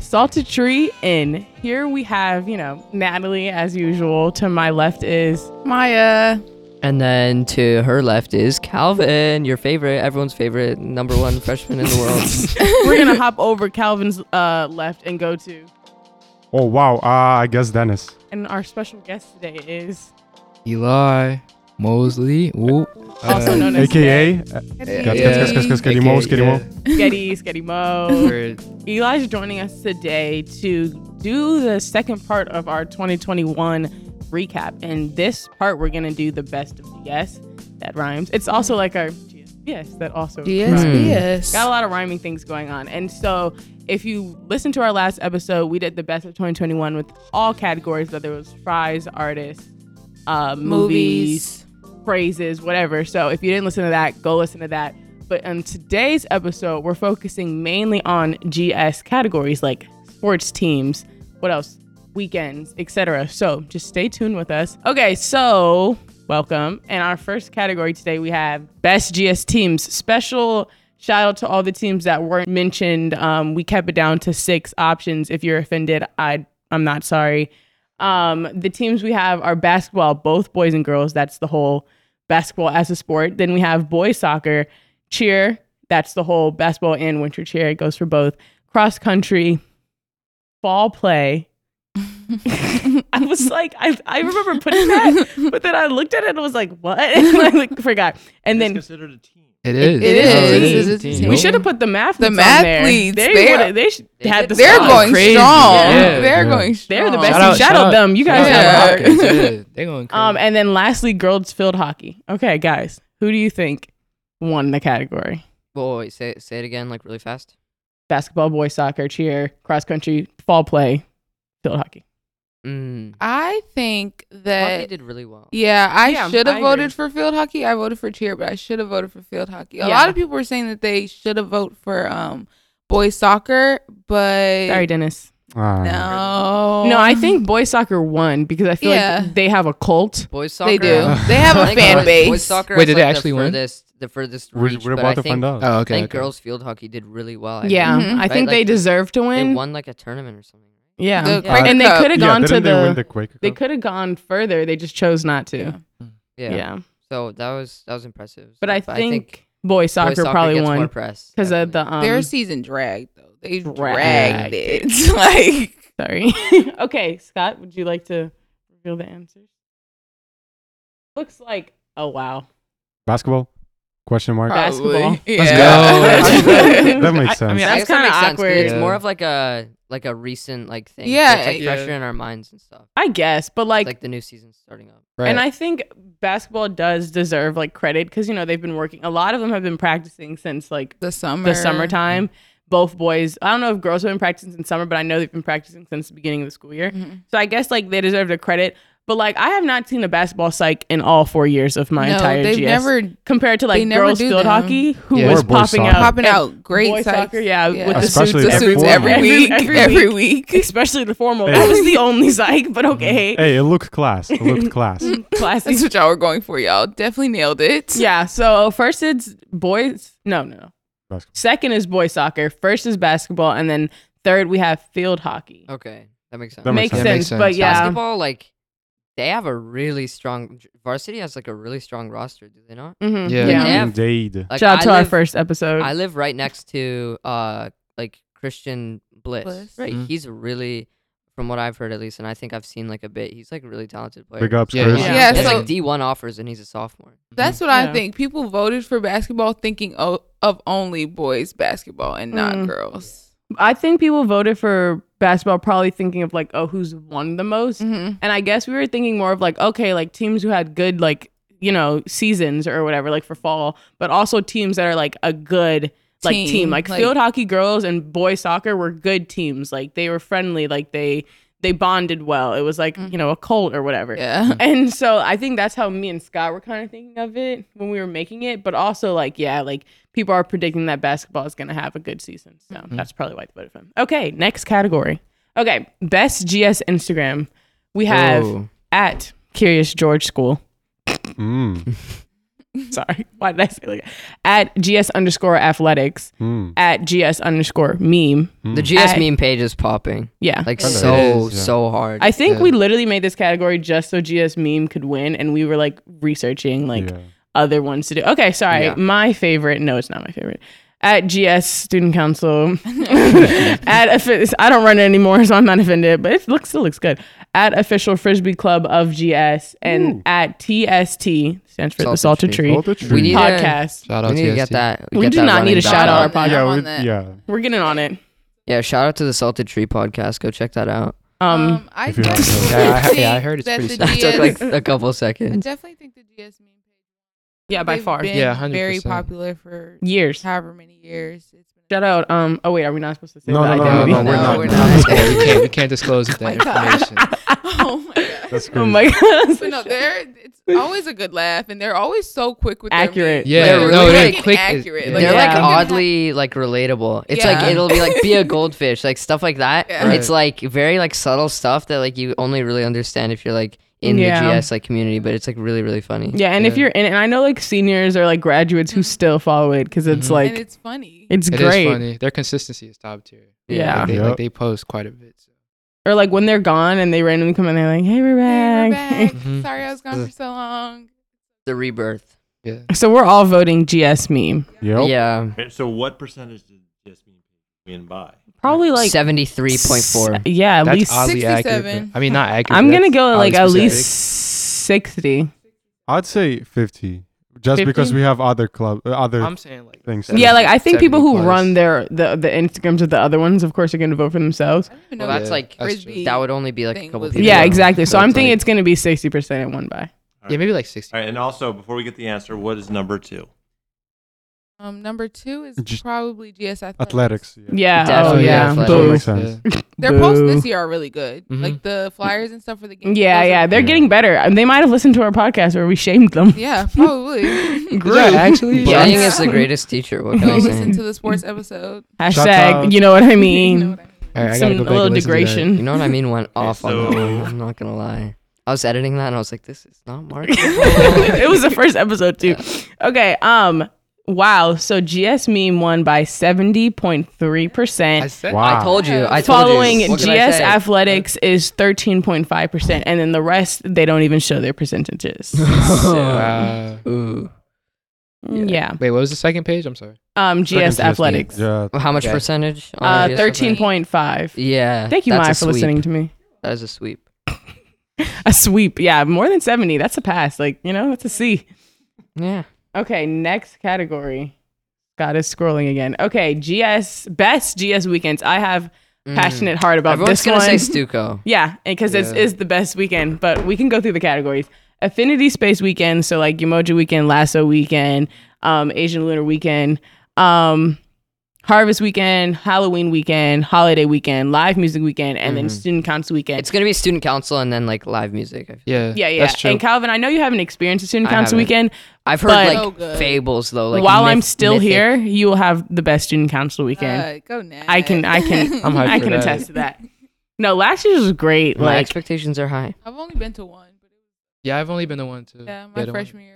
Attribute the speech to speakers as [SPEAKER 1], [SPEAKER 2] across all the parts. [SPEAKER 1] Salted Tree Inn. Here we have, you know, Natalie as usual. To my left is Maya.
[SPEAKER 2] And then to her left is Calvin, your favorite, everyone's favorite, number one freshman in the world.
[SPEAKER 1] We're gonna hop over Calvin's uh, left and go to.
[SPEAKER 3] Oh wow, uh, I guess Dennis.
[SPEAKER 1] And our special guest today is
[SPEAKER 4] Eli Mosley. Ooh.
[SPEAKER 1] also known as
[SPEAKER 3] AKA uh, Cat-
[SPEAKER 4] Yeah.
[SPEAKER 3] Cat- Cat- Cat- Cat- Mo, Skiddy Mo.
[SPEAKER 1] Getty Sketty Mo.
[SPEAKER 4] Yeah.
[SPEAKER 1] Eli's joining us today to do the second part of our 2021 recap. And this part, we're gonna do the best of DS. That rhymes. It's also like our yes, that also rhymes. Got a lot of rhyming things going on. And so if you listen to our last episode, we did the best of 2021 with all categories, whether it was fries, artists, uh, movies, phrases, whatever. So if you didn't listen to that, go listen to that. But on today's episode, we're focusing mainly on GS categories like sports teams, what else? Weekends, etc. So just stay tuned with us. Okay, so welcome. And our first category today we have best GS teams. Special shout out to all the teams that weren't mentioned. Um, we kept it down to six options. If you're offended, I I'm not sorry. Um, the teams we have are basketball, both boys and girls. That's the whole basketball as a sport. Then we have boys soccer, cheer. That's the whole basketball and winter cheer. It goes for both. Cross country, fall play. I was like, I, I remember putting that, but then I looked at it and was like, what? And I like, forgot. And then
[SPEAKER 5] considered a team.
[SPEAKER 4] It is.
[SPEAKER 6] It is.
[SPEAKER 2] Oh, it
[SPEAKER 6] This is
[SPEAKER 2] is a
[SPEAKER 6] a
[SPEAKER 2] team.
[SPEAKER 6] team.
[SPEAKER 1] we should have put the math.
[SPEAKER 6] The
[SPEAKER 1] on
[SPEAKER 6] math
[SPEAKER 1] there.
[SPEAKER 6] leads,
[SPEAKER 1] They,
[SPEAKER 6] they-
[SPEAKER 1] would've- they should
[SPEAKER 2] they
[SPEAKER 1] had
[SPEAKER 2] did
[SPEAKER 1] the
[SPEAKER 2] that.
[SPEAKER 6] They're
[SPEAKER 1] song.
[SPEAKER 6] going
[SPEAKER 4] crazy.
[SPEAKER 6] strong.
[SPEAKER 4] Yeah.
[SPEAKER 6] They're
[SPEAKER 4] Yeah.
[SPEAKER 6] going strong.
[SPEAKER 1] They're the best.
[SPEAKER 4] Shout out-
[SPEAKER 1] Shout,
[SPEAKER 4] shout
[SPEAKER 1] out,
[SPEAKER 4] out-
[SPEAKER 1] them. You guys
[SPEAKER 6] shout out
[SPEAKER 1] have
[SPEAKER 6] Rockets.
[SPEAKER 1] rockets.
[SPEAKER 4] They're going crazy.
[SPEAKER 1] Um, and then lastly, girls field hockey. Okay, guys, who do you think won the category?
[SPEAKER 2] Whoa, wait, say, say it again, like really fast.
[SPEAKER 1] Basketball, boys soccer, cheer, cross country, fall play, field hockey.
[SPEAKER 2] Mm.
[SPEAKER 6] I think
[SPEAKER 2] Hockey
[SPEAKER 6] that.
[SPEAKER 2] did really well.
[SPEAKER 6] Yeah, I
[SPEAKER 1] Yeah,
[SPEAKER 6] should
[SPEAKER 1] I
[SPEAKER 6] have voted
[SPEAKER 1] agree.
[SPEAKER 6] for field hockey. I voted for cheer, but I should have voted for field hockey. A
[SPEAKER 1] Yeah.
[SPEAKER 6] lot of people were saying that they should have voted for um boys soccer, but
[SPEAKER 1] Sorry, Dennis.
[SPEAKER 3] Ah.
[SPEAKER 6] no,
[SPEAKER 1] No, I think boys soccer won because I feel
[SPEAKER 6] Yeah.
[SPEAKER 1] like they have a cult.
[SPEAKER 2] Boys soccer.
[SPEAKER 6] they do. They have
[SPEAKER 2] I
[SPEAKER 6] a
[SPEAKER 2] think
[SPEAKER 6] fan
[SPEAKER 2] boys-
[SPEAKER 6] base.
[SPEAKER 2] Boys soccer
[SPEAKER 4] Wait,
[SPEAKER 2] is,
[SPEAKER 4] did
[SPEAKER 2] like
[SPEAKER 4] they actually
[SPEAKER 2] the
[SPEAKER 4] win?
[SPEAKER 2] Furthest, the furthest
[SPEAKER 3] We're,
[SPEAKER 2] reach,
[SPEAKER 3] we're
[SPEAKER 2] but
[SPEAKER 3] about
[SPEAKER 2] I
[SPEAKER 3] to
[SPEAKER 2] think,
[SPEAKER 3] find out.
[SPEAKER 4] Oh,
[SPEAKER 2] I
[SPEAKER 4] okay.
[SPEAKER 2] think
[SPEAKER 4] okay.
[SPEAKER 2] girls field hockey did really well. I
[SPEAKER 1] Yeah,
[SPEAKER 6] Mhm.
[SPEAKER 1] I
[SPEAKER 2] Right,
[SPEAKER 1] think they
[SPEAKER 2] like,
[SPEAKER 1] deserve to
[SPEAKER 2] They
[SPEAKER 1] win.
[SPEAKER 2] won like a tournament or something.
[SPEAKER 1] Yeah,
[SPEAKER 6] The
[SPEAKER 2] Yeah.
[SPEAKER 1] and they
[SPEAKER 6] Quaker Cup.
[SPEAKER 1] could have
[SPEAKER 3] yeah,
[SPEAKER 1] gone to
[SPEAKER 3] didn't they win the
[SPEAKER 1] the.
[SPEAKER 3] Quaker
[SPEAKER 1] They
[SPEAKER 3] Cup?
[SPEAKER 1] could have gone further. They just chose not to.
[SPEAKER 6] Yeah.
[SPEAKER 2] Yeah.
[SPEAKER 1] Yeah.
[SPEAKER 2] So that was that was impressive.
[SPEAKER 1] But
[SPEAKER 2] So
[SPEAKER 1] I
[SPEAKER 2] if
[SPEAKER 1] think, boys soccer,
[SPEAKER 2] boys soccer
[SPEAKER 1] probably
[SPEAKER 2] gets more
[SPEAKER 1] won
[SPEAKER 2] press
[SPEAKER 1] because of
[SPEAKER 2] definitely.
[SPEAKER 1] the um,
[SPEAKER 6] their season dragged though. They
[SPEAKER 1] Dragged
[SPEAKER 6] dragged, it. like
[SPEAKER 1] Sorry. okay, Scott, would you like to reveal the answers? Looks like oh wow.
[SPEAKER 3] Basketball? Question mark.
[SPEAKER 1] Right. Basketball.
[SPEAKER 6] probably.
[SPEAKER 3] Let's
[SPEAKER 4] go.
[SPEAKER 6] Oh, Yeah.
[SPEAKER 3] That makes sense.
[SPEAKER 1] Oh. I mean,
[SPEAKER 2] I
[SPEAKER 1] that's kind of
[SPEAKER 2] guess that makes sense, 'cause
[SPEAKER 1] awkward.
[SPEAKER 2] It's
[SPEAKER 4] Yeah.
[SPEAKER 2] more of like a like a recent like thing.
[SPEAKER 6] Yeah,
[SPEAKER 2] so it's like
[SPEAKER 4] yeah.
[SPEAKER 2] fresher in our minds and stuff.
[SPEAKER 1] I guess, but
[SPEAKER 2] Like,
[SPEAKER 1] like,
[SPEAKER 2] like the new season starting up.
[SPEAKER 4] Right.
[SPEAKER 1] and I think basketball does deserve like credit because you know they've been working. A lot of them have been practicing since like
[SPEAKER 6] the summer.
[SPEAKER 1] the summertime. Both boys. I don't know if girls have been practicing since summer, but I know they've been practicing since the beginning of the school year.
[SPEAKER 6] Mhm.
[SPEAKER 1] So I guess like they deserve the credit. But like I have not seen a basketball psych in all four years of my
[SPEAKER 6] no,
[SPEAKER 1] entire
[SPEAKER 6] they've
[SPEAKER 1] GS.
[SPEAKER 6] never
[SPEAKER 1] compared to
[SPEAKER 6] they
[SPEAKER 1] like
[SPEAKER 6] never
[SPEAKER 1] girls
[SPEAKER 6] do
[SPEAKER 1] field
[SPEAKER 6] them.
[SPEAKER 1] hockey who
[SPEAKER 4] Yeah.
[SPEAKER 1] was
[SPEAKER 3] Or boys
[SPEAKER 1] popping out
[SPEAKER 3] soccer.
[SPEAKER 6] popping out great
[SPEAKER 1] boys
[SPEAKER 6] sites.
[SPEAKER 1] soccer, yeah,
[SPEAKER 6] Yeah.
[SPEAKER 1] with the
[SPEAKER 3] Especially
[SPEAKER 6] the
[SPEAKER 1] suits,
[SPEAKER 3] the
[SPEAKER 6] suits
[SPEAKER 3] formal.
[SPEAKER 6] every week,
[SPEAKER 1] Every-
[SPEAKER 6] every,
[SPEAKER 1] every
[SPEAKER 6] week.
[SPEAKER 1] especially the formal.
[SPEAKER 3] Hey.
[SPEAKER 1] I was the only psych, but okay,
[SPEAKER 3] hey, it looked class. It looked class.
[SPEAKER 1] classic.
[SPEAKER 6] That's what y'all were going for, y'all. Definitely nailed it.
[SPEAKER 1] Yeah. So first it's boys. No, no. no.
[SPEAKER 3] Basketball.
[SPEAKER 1] Second is boys soccer. First is basketball, and then third we have field hockey.
[SPEAKER 2] Okay, that makes sense.
[SPEAKER 3] That
[SPEAKER 1] makes,
[SPEAKER 3] makes
[SPEAKER 1] sense,
[SPEAKER 4] sense. That
[SPEAKER 1] but
[SPEAKER 4] makes sense.
[SPEAKER 1] yeah,
[SPEAKER 2] Basketball, like they have a really strong varsity has like a really strong roster. Do they not?
[SPEAKER 1] Mhm,
[SPEAKER 4] Yeah.
[SPEAKER 1] yeah.
[SPEAKER 2] They have-
[SPEAKER 3] Indeed.
[SPEAKER 2] Like,
[SPEAKER 1] Shout out
[SPEAKER 2] I
[SPEAKER 1] to our
[SPEAKER 2] live-
[SPEAKER 1] first episode.
[SPEAKER 2] I live right next to uh like Christian Bliss.
[SPEAKER 6] Bliss.
[SPEAKER 2] Right,
[SPEAKER 4] Mm.
[SPEAKER 2] he's a really, from what I've heard at least, and I think I've seen like a bit. He's like a really talented player.
[SPEAKER 3] Big ups,
[SPEAKER 4] Yeah,
[SPEAKER 3] Chris.
[SPEAKER 1] yeah.
[SPEAKER 6] Yeah,
[SPEAKER 2] He has
[SPEAKER 6] so-
[SPEAKER 2] like D one offers, and he's a sophomore.
[SPEAKER 6] That's what
[SPEAKER 1] Yeah.
[SPEAKER 6] I think. People voted for basketball thinking of, of only boys basketball and not
[SPEAKER 1] Mm.
[SPEAKER 6] girls.
[SPEAKER 1] I think people voted for basketball probably thinking of like, oh, who's won the most.
[SPEAKER 6] Mm-hmm.
[SPEAKER 1] And I guess we were thinking more of like, okay, like teams who had good like, you know, seasons or whatever, like for fall, but also teams that are like a good like team.
[SPEAKER 6] Team,
[SPEAKER 1] Like,
[SPEAKER 6] like-
[SPEAKER 1] field hockey girls and boys soccer were good teams. Like they were friendly, like they they bonded well. It was like,
[SPEAKER 6] Mhm.
[SPEAKER 1] you know, a cult or whatever.
[SPEAKER 6] Yeah.
[SPEAKER 1] And so I think that's how me and Scott were kind of thinking of it when we were making it. But also, like, yeah, like people are predicting that basketball is going to have a good season. So that's probably why they voted for him. Okay, next category. Okay, best GS Instagram. We have
[SPEAKER 2] Whoa.
[SPEAKER 1] at Curious George School.
[SPEAKER 3] Mm.
[SPEAKER 1] Sorry, why did I say like that? at gs underscore athletics
[SPEAKER 3] Hmm.
[SPEAKER 1] at gs underscore meme?
[SPEAKER 3] hmm.
[SPEAKER 2] The GS
[SPEAKER 1] I-
[SPEAKER 2] meme page is popping
[SPEAKER 1] Yeah,
[SPEAKER 2] like
[SPEAKER 3] Kinda
[SPEAKER 2] so
[SPEAKER 4] is, yeah.
[SPEAKER 2] so hard.
[SPEAKER 1] I think
[SPEAKER 4] Yeah.
[SPEAKER 1] we literally made this category just so GS meme could win, and we were like researching like
[SPEAKER 3] Yeah.
[SPEAKER 1] other ones to do. Okay, sorry,
[SPEAKER 2] Yeah.
[SPEAKER 1] my favorite. No, it's not my favorite. At GS Student Council, at offi- I don't run it anymore, so I'm not offended. But it looks still looks good. At official frisbee club of GS and
[SPEAKER 3] Ooh.
[SPEAKER 1] at TST stands for the
[SPEAKER 2] Salted
[SPEAKER 1] Salted
[SPEAKER 2] Tree.
[SPEAKER 1] Tree
[SPEAKER 3] All Oh, the
[SPEAKER 2] We
[SPEAKER 3] trees.
[SPEAKER 2] need a-
[SPEAKER 1] podcast.
[SPEAKER 4] Shout
[SPEAKER 2] we
[SPEAKER 4] out
[SPEAKER 2] need
[SPEAKER 4] to
[SPEAKER 2] to get
[SPEAKER 4] ST.
[SPEAKER 2] that.
[SPEAKER 1] We
[SPEAKER 2] get
[SPEAKER 1] do
[SPEAKER 2] that
[SPEAKER 1] not
[SPEAKER 2] running
[SPEAKER 1] need a
[SPEAKER 2] back
[SPEAKER 1] shout out
[SPEAKER 2] up.
[SPEAKER 1] our podcast.
[SPEAKER 3] yeah,
[SPEAKER 6] I'm on
[SPEAKER 3] we-
[SPEAKER 6] that.
[SPEAKER 3] yeah.
[SPEAKER 1] We're getting on it.
[SPEAKER 2] Yeah, shout out to the Salted Tree podcast. Go check that out.
[SPEAKER 1] Um,
[SPEAKER 6] Um, I
[SPEAKER 3] If you're not
[SPEAKER 6] definitely
[SPEAKER 3] sure.
[SPEAKER 4] Yeah, I-
[SPEAKER 6] think
[SPEAKER 4] yeah, I heard it's
[SPEAKER 6] that
[SPEAKER 4] pretty
[SPEAKER 6] the
[SPEAKER 4] sick.
[SPEAKER 2] That took
[SPEAKER 6] GS
[SPEAKER 2] like a couple
[SPEAKER 6] I
[SPEAKER 2] seconds.
[SPEAKER 6] definitely think the GS meme page.
[SPEAKER 1] yeah, by
[SPEAKER 6] they've
[SPEAKER 1] far,
[SPEAKER 6] been
[SPEAKER 4] Yeah, 100%.
[SPEAKER 6] very popular for
[SPEAKER 1] years.
[SPEAKER 6] however many years. It's been
[SPEAKER 1] Shout out. Um. Oh wait, are we not supposed to say
[SPEAKER 3] No,
[SPEAKER 1] the
[SPEAKER 3] no,
[SPEAKER 4] No,
[SPEAKER 1] identity?
[SPEAKER 4] no, we're
[SPEAKER 6] No,
[SPEAKER 4] not.
[SPEAKER 6] we're
[SPEAKER 4] We're
[SPEAKER 6] not.
[SPEAKER 4] not. we, can't, we can't disclose that
[SPEAKER 6] my God.
[SPEAKER 4] information.
[SPEAKER 6] oh my god!
[SPEAKER 3] That's
[SPEAKER 1] Oh
[SPEAKER 3] crazy.
[SPEAKER 1] my god.
[SPEAKER 6] But no, they're it's always a good laugh, and they're always so quick with
[SPEAKER 1] Accurate.
[SPEAKER 6] Their
[SPEAKER 4] Yeah,
[SPEAKER 6] memes.
[SPEAKER 2] They're
[SPEAKER 6] Like,
[SPEAKER 2] no,
[SPEAKER 6] really
[SPEAKER 2] they're
[SPEAKER 6] freaking
[SPEAKER 4] quick.
[SPEAKER 6] Accurate.
[SPEAKER 4] They're
[SPEAKER 2] They're
[SPEAKER 1] Yeah.
[SPEAKER 2] like oddly like relatable. It's
[SPEAKER 6] Yeah.
[SPEAKER 2] like it'll be like be a goldfish, like stuff like that.
[SPEAKER 6] Yeah.
[SPEAKER 2] It's like very like subtle stuff that like you only really understand if you're like in
[SPEAKER 1] Yeah.
[SPEAKER 2] the GS like community, but it's like really really funny.
[SPEAKER 1] Yeah, and if
[SPEAKER 4] Yeah.
[SPEAKER 1] you're in it, and I know like seniors or like graduates who still follow it because it's
[SPEAKER 4] Mhm.
[SPEAKER 1] like
[SPEAKER 6] and
[SPEAKER 1] it's,
[SPEAKER 6] it's funny.
[SPEAKER 4] It is
[SPEAKER 1] great.
[SPEAKER 4] funny. Their consistency is top tier.
[SPEAKER 1] Yeah.
[SPEAKER 4] Like, they,
[SPEAKER 3] Yep.
[SPEAKER 4] like they post quite a bit. So.
[SPEAKER 1] Or like when they're gone and they randomly come in, they're like, "Hey, we're
[SPEAKER 6] Hey, we're
[SPEAKER 1] back."
[SPEAKER 6] back.
[SPEAKER 4] Mhm.
[SPEAKER 6] Sorry, I was gone for so long.
[SPEAKER 2] The rebirth.
[SPEAKER 4] Yeah.
[SPEAKER 1] so we're all voting GS meme.
[SPEAKER 3] Yep.
[SPEAKER 2] Yeah.
[SPEAKER 5] Okay, So what percentage did this mean win by?
[SPEAKER 1] Probably like
[SPEAKER 2] seventy three point four.
[SPEAKER 1] s- Yeah, at
[SPEAKER 4] That's
[SPEAKER 1] least.
[SPEAKER 4] oddly accurate.
[SPEAKER 6] 67.
[SPEAKER 4] but- I mean, not accurate.
[SPEAKER 1] I'm gonna
[SPEAKER 4] that's
[SPEAKER 1] go like
[SPEAKER 4] oddly
[SPEAKER 1] at
[SPEAKER 4] specific.
[SPEAKER 1] least sixty.
[SPEAKER 3] I'd say 50, just
[SPEAKER 1] 50?
[SPEAKER 3] because we have other club, uh, other
[SPEAKER 4] I'm saying like
[SPEAKER 3] things.
[SPEAKER 1] Yeah, like I think people who
[SPEAKER 4] 70 plus.
[SPEAKER 1] run their the the Instagrams of the other ones, of course, are gonna vote for themselves.
[SPEAKER 6] I don't even know
[SPEAKER 2] Well,
[SPEAKER 4] Yeah,
[SPEAKER 2] that's like
[SPEAKER 4] that's true.
[SPEAKER 6] Frisbee.
[SPEAKER 2] that would only be like a
[SPEAKER 6] Thing
[SPEAKER 2] couple
[SPEAKER 6] was-
[SPEAKER 2] people.
[SPEAKER 1] Yeah,
[SPEAKER 4] Yeah.
[SPEAKER 1] exactly. So
[SPEAKER 4] So
[SPEAKER 1] I'm
[SPEAKER 4] it's
[SPEAKER 1] thinking
[SPEAKER 4] like-
[SPEAKER 1] it's gonna be sixty percent at one by.
[SPEAKER 4] yeah, maybe like sixty.
[SPEAKER 5] All right, and also before we get the answer, what is number two?
[SPEAKER 6] Um, number two is
[SPEAKER 3] Just-
[SPEAKER 6] probably GS athletics.
[SPEAKER 3] athletics.
[SPEAKER 1] Yeah.
[SPEAKER 2] Definitely
[SPEAKER 1] oh yeah.
[SPEAKER 2] athletics.
[SPEAKER 3] That
[SPEAKER 1] Boo.
[SPEAKER 3] makes sense.
[SPEAKER 6] Their
[SPEAKER 1] Boo.
[SPEAKER 6] posts this year are really good.
[SPEAKER 4] Mhm.
[SPEAKER 6] Like the flyers and stuff for the game.
[SPEAKER 1] Yeah,
[SPEAKER 6] those are-
[SPEAKER 1] yeah. They're
[SPEAKER 3] Yeah.
[SPEAKER 1] getting better. And They might have listened to our podcast where we shamed them.
[SPEAKER 6] yeah, probably.
[SPEAKER 1] Grew.
[SPEAKER 4] actually?
[SPEAKER 1] Yeah.
[SPEAKER 2] Bullying is the greatest teacher. What can
[SPEAKER 6] Go
[SPEAKER 2] I
[SPEAKER 6] listen
[SPEAKER 2] say?
[SPEAKER 6] to the sports episode.
[SPEAKER 3] Shout
[SPEAKER 1] Hashtag,
[SPEAKER 3] out.
[SPEAKER 1] you know what I
[SPEAKER 6] You know
[SPEAKER 1] mean?
[SPEAKER 6] what I mean.
[SPEAKER 4] All right, I
[SPEAKER 1] Some
[SPEAKER 4] gotta
[SPEAKER 1] a
[SPEAKER 4] go back
[SPEAKER 1] little
[SPEAKER 4] and listen to that.
[SPEAKER 1] degradation.
[SPEAKER 2] You know what I mean? Went off on that
[SPEAKER 5] so-
[SPEAKER 2] one. I'm not gonna lie. I was editing that and I was like, this is not Mark.
[SPEAKER 1] it was the first episode too. Okay. Um. Wow. So GS meme won by seventy point three
[SPEAKER 4] I
[SPEAKER 1] percent.
[SPEAKER 4] said,
[SPEAKER 3] Wow.
[SPEAKER 2] I told you. I told
[SPEAKER 1] Following
[SPEAKER 2] you. What
[SPEAKER 1] GS
[SPEAKER 2] can I say?
[SPEAKER 1] Athletics is thirteen point five percent, and then the rest they don't even show their percentages.
[SPEAKER 2] uh,
[SPEAKER 1] So,
[SPEAKER 4] Wow.
[SPEAKER 2] Ooh.
[SPEAKER 1] yeah.
[SPEAKER 4] Wait, what was the second page? I'm sorry.
[SPEAKER 1] Um. GS
[SPEAKER 3] Second
[SPEAKER 1] Athletics.
[SPEAKER 3] GS. Yeah.
[SPEAKER 2] How much
[SPEAKER 4] Okay.
[SPEAKER 2] percentage? on
[SPEAKER 1] Uh.
[SPEAKER 2] GS
[SPEAKER 1] Thirteen
[SPEAKER 2] Oh, Athletics?
[SPEAKER 1] point five.
[SPEAKER 2] Yeah.
[SPEAKER 1] Thank you,
[SPEAKER 2] that's
[SPEAKER 1] Maya,
[SPEAKER 2] a
[SPEAKER 1] for
[SPEAKER 2] sweep.
[SPEAKER 1] listening to me.
[SPEAKER 2] That is a sweep.
[SPEAKER 1] A sweep. Yeah. More than seventy. That's a pass. Like you know, that's a C.
[SPEAKER 2] Yeah.
[SPEAKER 1] Okay, next category. God is scrolling again. Okay, GS best GS weekends. I have
[SPEAKER 2] Mm.
[SPEAKER 1] passionate heart about
[SPEAKER 2] Everyone's
[SPEAKER 1] this
[SPEAKER 2] gonna
[SPEAKER 1] one.
[SPEAKER 2] say Stuco.
[SPEAKER 1] yeah, because it's
[SPEAKER 4] Yeah.
[SPEAKER 1] is the best weekend. But we can go through the categories. Affinity Space Weekend, so like Umoja Weekend, Lasso Weekend, um, Asian Lunar Weekend, um, Harvest Weekend, Halloween Weekend, Holiday Weekend, Live Music Weekend, and then
[SPEAKER 2] Mhm.
[SPEAKER 1] Student Council Weekend.
[SPEAKER 2] It's gonna be student council and then like live music. I feel.
[SPEAKER 4] Yeah.
[SPEAKER 1] yeah, yeah.
[SPEAKER 4] That's true.
[SPEAKER 1] And Calvin, I know you haven't experienced a Student
[SPEAKER 2] I
[SPEAKER 1] Council
[SPEAKER 2] haven't.
[SPEAKER 1] Weekend.
[SPEAKER 2] I've heard
[SPEAKER 1] But-
[SPEAKER 2] like
[SPEAKER 6] So good.
[SPEAKER 2] fables though. Like
[SPEAKER 1] While I'm
[SPEAKER 2] myth-
[SPEAKER 1] still
[SPEAKER 2] mythic-
[SPEAKER 1] here, you will have the best Student Council Weekend.
[SPEAKER 6] Uh, go next.
[SPEAKER 1] I can, I can,
[SPEAKER 4] I'm hyped
[SPEAKER 1] I
[SPEAKER 4] for
[SPEAKER 1] can
[SPEAKER 4] that.
[SPEAKER 1] attest to that. No, last year's was great.
[SPEAKER 2] My
[SPEAKER 1] Like,
[SPEAKER 2] expectations are high.
[SPEAKER 6] I've only been to one, but it
[SPEAKER 4] yeah, I've only been to one too.
[SPEAKER 6] was yeah, my
[SPEAKER 4] the one-
[SPEAKER 6] freshman year.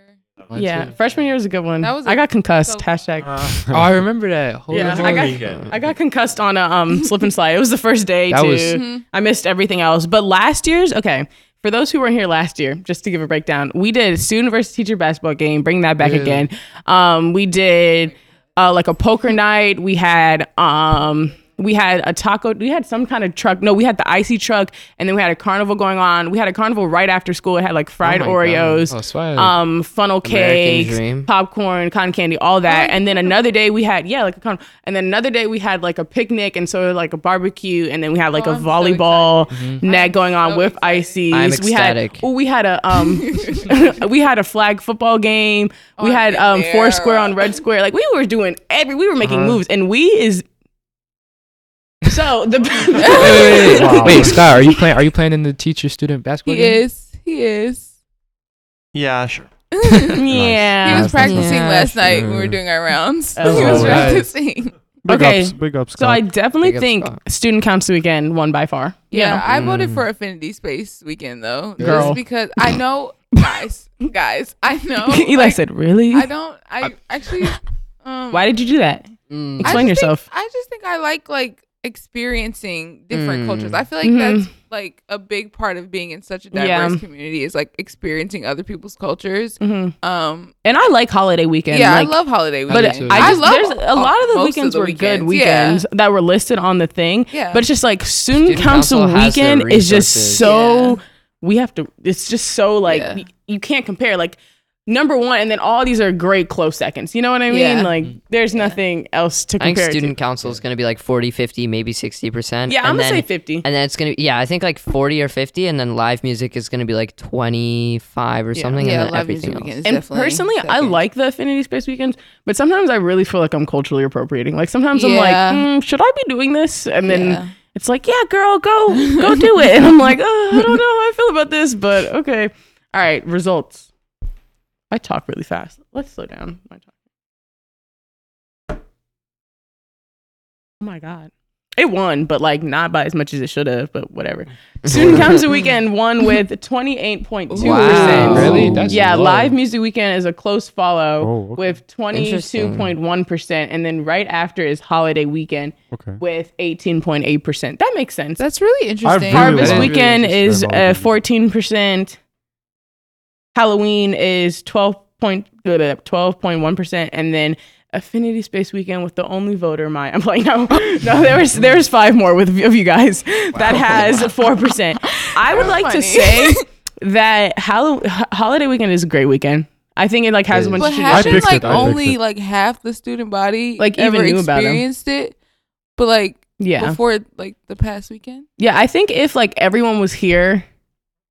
[SPEAKER 4] one
[SPEAKER 1] yeah,
[SPEAKER 4] too.
[SPEAKER 1] freshman year was a good one.
[SPEAKER 6] That was
[SPEAKER 1] I
[SPEAKER 6] a-
[SPEAKER 1] got concussed.
[SPEAKER 6] so-
[SPEAKER 1] hashtag.
[SPEAKER 3] Uh,
[SPEAKER 4] Oh, I remember that. Holy
[SPEAKER 1] Yeah,
[SPEAKER 4] moly.
[SPEAKER 1] I got-
[SPEAKER 5] Weekend.
[SPEAKER 1] I got concussed on a um slip and slide. It was the first day
[SPEAKER 4] That
[SPEAKER 1] too.
[SPEAKER 4] was-
[SPEAKER 6] Mhm.
[SPEAKER 1] I missed everything else. But last year's okay. For those who weren't here last year, just to give a breakdown, we did student versus teacher basketball game. Bring that back
[SPEAKER 4] Yeah.
[SPEAKER 1] again. Um, we did uh, like a poker night. We had um, we had a taco. We had some kind of truck. No, we had the icy truck, and then we had a carnival going on. We had a carnival right after school. It had like
[SPEAKER 4] Oh
[SPEAKER 1] fried
[SPEAKER 4] my God.
[SPEAKER 1] Oreos
[SPEAKER 4] Oh, swag.
[SPEAKER 1] um funnel cakes
[SPEAKER 2] dream.
[SPEAKER 1] popcorn cotton candy all that
[SPEAKER 6] Oh,
[SPEAKER 1] and then another day we had yeah like a con- and then another day we had like a picnic and so like a barbecue and then we had like
[SPEAKER 6] Oh,
[SPEAKER 1] a
[SPEAKER 6] I'm so
[SPEAKER 1] volleyball net
[SPEAKER 6] I'm
[SPEAKER 1] going on
[SPEAKER 6] so
[SPEAKER 1] with
[SPEAKER 6] excited.
[SPEAKER 1] ices
[SPEAKER 2] I'm
[SPEAKER 1] we had
[SPEAKER 2] ecstatic.
[SPEAKER 1] oh, we had a um we had a flag football game we
[SPEAKER 6] Oh,
[SPEAKER 1] had
[SPEAKER 6] I'm
[SPEAKER 1] um
[SPEAKER 6] there.
[SPEAKER 1] four square on red square like we were doing every we were making moves and we is so the
[SPEAKER 4] Wait, wait, wait, wait.
[SPEAKER 3] Wow.
[SPEAKER 4] Wait, Scott, are you playing? Are you playing in the teacher-student basketball?
[SPEAKER 6] He
[SPEAKER 4] game?
[SPEAKER 6] is. He is.
[SPEAKER 5] Yeah, sure.
[SPEAKER 6] he
[SPEAKER 1] yeah
[SPEAKER 6] was
[SPEAKER 3] Nice.
[SPEAKER 6] practicing
[SPEAKER 2] Yeah,
[SPEAKER 6] last night when we
[SPEAKER 2] sure.
[SPEAKER 6] were doing our rounds.
[SPEAKER 1] Oh,
[SPEAKER 6] he was
[SPEAKER 4] right.
[SPEAKER 6] practicing.
[SPEAKER 3] Big
[SPEAKER 1] Okay.
[SPEAKER 3] ups, big ups.
[SPEAKER 1] so I
[SPEAKER 3] Scott.
[SPEAKER 1] definitely
[SPEAKER 2] Big up
[SPEAKER 1] think
[SPEAKER 2] Scott.
[SPEAKER 1] student council again won by far.
[SPEAKER 6] Yeah, I voted
[SPEAKER 4] Mm.
[SPEAKER 6] for Affinity Space weekend though,
[SPEAKER 1] Girl.
[SPEAKER 6] just because I know guys, guys, I know.
[SPEAKER 1] Eli
[SPEAKER 6] Oh, like,
[SPEAKER 1] said, "Really?
[SPEAKER 6] I don't. I actually. Um,
[SPEAKER 1] Why did you do that?
[SPEAKER 2] Mm.
[SPEAKER 6] I
[SPEAKER 1] explain
[SPEAKER 6] just think-
[SPEAKER 1] yourself.
[SPEAKER 6] I just think I like like experiencing different
[SPEAKER 2] Mm.
[SPEAKER 6] cultures. I feel like
[SPEAKER 1] Mhm.
[SPEAKER 6] that's like a big part of being in such a diverse
[SPEAKER 1] Yeah.
[SPEAKER 6] community is like experiencing other people's cultures.
[SPEAKER 1] hmm
[SPEAKER 6] Um,
[SPEAKER 1] And I like holiday weekend.
[SPEAKER 6] yeah,
[SPEAKER 1] like-
[SPEAKER 6] I love holiday
[SPEAKER 4] I do
[SPEAKER 1] But
[SPEAKER 6] weekends.
[SPEAKER 4] too.
[SPEAKER 1] I
[SPEAKER 6] I
[SPEAKER 1] just
[SPEAKER 6] love
[SPEAKER 1] there's a
[SPEAKER 6] all-
[SPEAKER 1] lot of the
[SPEAKER 6] most
[SPEAKER 1] weekends were good
[SPEAKER 6] weekends. Yeah.
[SPEAKER 1] weekends that were listed on the thing.
[SPEAKER 6] Yeah.
[SPEAKER 1] But it's just like student,
[SPEAKER 2] Student
[SPEAKER 1] council,
[SPEAKER 2] council has their
[SPEAKER 1] weekend is just
[SPEAKER 2] resources.
[SPEAKER 1] so we have to. It's just so like
[SPEAKER 6] Yeah.
[SPEAKER 1] we- you can't compare like number one and then all these are great close seconds. You know what I mean?
[SPEAKER 6] Yeah.
[SPEAKER 1] Like there's nothing else to
[SPEAKER 2] Mm-hmm. I think
[SPEAKER 1] compare. it
[SPEAKER 2] student council is going to be like 40, 50, maybe 60%.
[SPEAKER 1] to. Yeah,
[SPEAKER 2] and
[SPEAKER 1] I'm gonna
[SPEAKER 2] then,
[SPEAKER 1] say fifty.
[SPEAKER 2] And then it's going to, yeah, I think like 40 or 50, and then live music is going to be like 25 or something,
[SPEAKER 6] Yeah,
[SPEAKER 2] and then
[SPEAKER 6] live music
[SPEAKER 2] everything else.
[SPEAKER 6] weekends
[SPEAKER 1] And
[SPEAKER 6] definitely
[SPEAKER 1] personally, I
[SPEAKER 6] second.
[SPEAKER 1] like the affinity space weekends, but sometimes I really feel like I'm culturally appropriating. Like sometimes I'm like,
[SPEAKER 6] Yeah.
[SPEAKER 1] mm, should I be doing this? And then
[SPEAKER 6] Yeah.
[SPEAKER 1] it's like, yeah, girl, go, go do it. And I'm like, uh, I don't know how I feel about this, but okay. All right, results. I talk really fast. Let's slow down my talk. Oh my god. It won, but like not by as much as it should have, but whatever. Student Council Weekend won with 28.2%.
[SPEAKER 2] Wow.
[SPEAKER 4] Really? That's
[SPEAKER 1] yeah,
[SPEAKER 4] low.
[SPEAKER 1] live music weekend is a close follow
[SPEAKER 3] Oh, okay.
[SPEAKER 1] with 22.1%. And then right after is holiday weekend
[SPEAKER 3] Okay.
[SPEAKER 1] with 18.8%. That makes sense.
[SPEAKER 6] That's really interesting.
[SPEAKER 3] really
[SPEAKER 1] Harvest
[SPEAKER 4] like-
[SPEAKER 1] weekend
[SPEAKER 3] Really
[SPEAKER 1] is uh,
[SPEAKER 3] interesting.
[SPEAKER 1] 14%. Halloween is 12 point, 12.1%. And then Affinity Space Weekend with the only voter, my I'm like no, no. There was there was five more with of you guys that has four percent. I would like
[SPEAKER 6] funny.
[SPEAKER 1] to say that Hallow- ho- holiday weekend is a great weekend. I think it like has a
[SPEAKER 4] It
[SPEAKER 1] bunch
[SPEAKER 4] is.
[SPEAKER 6] but
[SPEAKER 1] of
[SPEAKER 3] I
[SPEAKER 6] having
[SPEAKER 3] picked
[SPEAKER 6] like
[SPEAKER 3] it, I picked
[SPEAKER 6] only
[SPEAKER 3] it.
[SPEAKER 6] like half the student body
[SPEAKER 1] Like, even
[SPEAKER 6] ever
[SPEAKER 1] knew about 'em.
[SPEAKER 6] experienced it, but like
[SPEAKER 1] yeah
[SPEAKER 6] before like the past weekend.
[SPEAKER 1] yeah. I think if like everyone was here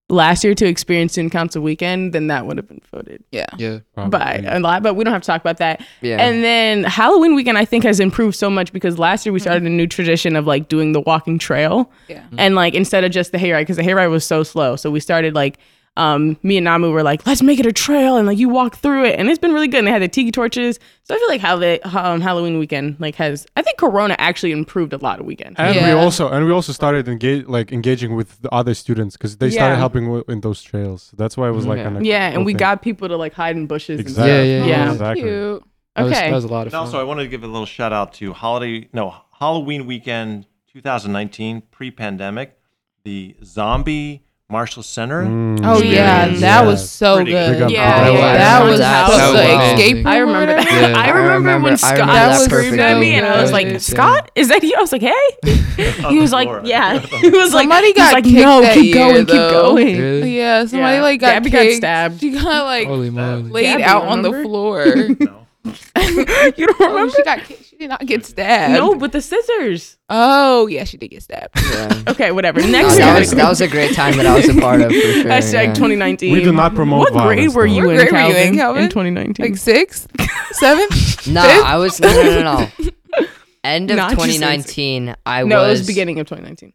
[SPEAKER 1] last year to experience student council weekend, then that would have been voted
[SPEAKER 6] Yeah.
[SPEAKER 4] Yeah.
[SPEAKER 1] by a lot. But we don't have to talk about that.
[SPEAKER 2] Yeah.
[SPEAKER 1] And then Halloween weekend I think has improved so much because last year we started a new tradition of like doing the walking trail.
[SPEAKER 6] Yeah.
[SPEAKER 1] and like instead of just the hayride because the hayride was so slow so we started like um me and namu were like let's make it a trail and like you walk through it and it's been really good and they had the tiki torches so i feel like how the um, halloween weekend like has i think corona actually improved a lot of weekends
[SPEAKER 3] And
[SPEAKER 6] Yeah.
[SPEAKER 3] we also and we also started engage like engaging with the other students because they started
[SPEAKER 1] Yeah.
[SPEAKER 3] helping w- in those trails. That's why it was like
[SPEAKER 2] Yeah.
[SPEAKER 3] an
[SPEAKER 1] yeah
[SPEAKER 3] cool
[SPEAKER 1] and we
[SPEAKER 3] thing.
[SPEAKER 1] got people to like hide in bushes
[SPEAKER 3] exactly
[SPEAKER 4] Yeah, yeah,
[SPEAKER 1] yeah.
[SPEAKER 3] exactly.
[SPEAKER 6] Cute.
[SPEAKER 4] That was, that
[SPEAKER 1] and
[SPEAKER 4] was
[SPEAKER 1] stuff.
[SPEAKER 4] a lot of
[SPEAKER 5] And
[SPEAKER 4] fun.
[SPEAKER 5] also, I wanted to give a little shout out to holiday, no, Halloween weekend 2019, pre-pandemic, the Zombie Marshall Center.
[SPEAKER 3] Mm.
[SPEAKER 6] Oh
[SPEAKER 1] Experience.
[SPEAKER 6] yeah, that
[SPEAKER 3] Yeah.
[SPEAKER 6] was so
[SPEAKER 5] Pretty
[SPEAKER 6] good.
[SPEAKER 3] good.
[SPEAKER 1] Yeah,
[SPEAKER 3] Yeah,
[SPEAKER 1] yeah,
[SPEAKER 6] that
[SPEAKER 1] yeah.
[SPEAKER 6] was
[SPEAKER 2] That
[SPEAKER 6] so-
[SPEAKER 2] was
[SPEAKER 6] the
[SPEAKER 4] amazing.
[SPEAKER 6] escape room
[SPEAKER 1] I
[SPEAKER 6] or
[SPEAKER 1] remember that.
[SPEAKER 6] whatever?
[SPEAKER 4] Yeah.
[SPEAKER 1] I,
[SPEAKER 2] I
[SPEAKER 1] remember
[SPEAKER 2] remember-
[SPEAKER 1] when
[SPEAKER 2] I
[SPEAKER 1] Scott
[SPEAKER 2] remember
[SPEAKER 6] that
[SPEAKER 1] screamed at me, and I was
[SPEAKER 6] perfectly.
[SPEAKER 1] like, "Scott, is that you?" I was like, "Hey,"
[SPEAKER 3] Oh,
[SPEAKER 1] he was like,
[SPEAKER 5] Laura.
[SPEAKER 1] "Yeah." He was like,
[SPEAKER 6] Somebody
[SPEAKER 1] he was
[SPEAKER 6] got
[SPEAKER 1] like,
[SPEAKER 6] kicked
[SPEAKER 1] "No,
[SPEAKER 6] that
[SPEAKER 1] keep
[SPEAKER 6] year,
[SPEAKER 1] going, keep
[SPEAKER 6] though.
[SPEAKER 1] going."
[SPEAKER 4] Really?
[SPEAKER 6] Yeah, somebody
[SPEAKER 1] Yeah.
[SPEAKER 6] like got
[SPEAKER 1] Gabby got
[SPEAKER 6] kicked.
[SPEAKER 1] stabbed.
[SPEAKER 6] She got like
[SPEAKER 4] Holy moly.
[SPEAKER 6] laid
[SPEAKER 1] Gabby,
[SPEAKER 6] out on the
[SPEAKER 1] remember?
[SPEAKER 6] floor.
[SPEAKER 5] No.
[SPEAKER 1] you don't
[SPEAKER 6] oh,
[SPEAKER 1] remember?
[SPEAKER 6] she got kicked. She did not get stabbed.
[SPEAKER 1] No, with the scissors.
[SPEAKER 6] Oh yeah, she did get stabbed.
[SPEAKER 2] Yeah.
[SPEAKER 1] Okay, whatever.
[SPEAKER 2] No,
[SPEAKER 1] Next
[SPEAKER 2] that,
[SPEAKER 1] year.
[SPEAKER 2] was, that was a great time that I was a part of, for sure.
[SPEAKER 1] Hashtag
[SPEAKER 2] yeah.
[SPEAKER 1] 2019.
[SPEAKER 3] We do not promote
[SPEAKER 1] What grade
[SPEAKER 3] violence,
[SPEAKER 1] were
[SPEAKER 3] though.
[SPEAKER 1] you,
[SPEAKER 6] What
[SPEAKER 1] in,
[SPEAKER 6] grade were you in,
[SPEAKER 1] Calvin,
[SPEAKER 6] Calvin?
[SPEAKER 1] in 2019?
[SPEAKER 6] Like sixth, seventh.
[SPEAKER 2] No,
[SPEAKER 6] Fifth?
[SPEAKER 2] I was no no no. no. End of
[SPEAKER 1] Not just in-
[SPEAKER 2] 2019, I
[SPEAKER 1] no,
[SPEAKER 2] was.
[SPEAKER 1] it was beginning of 2019.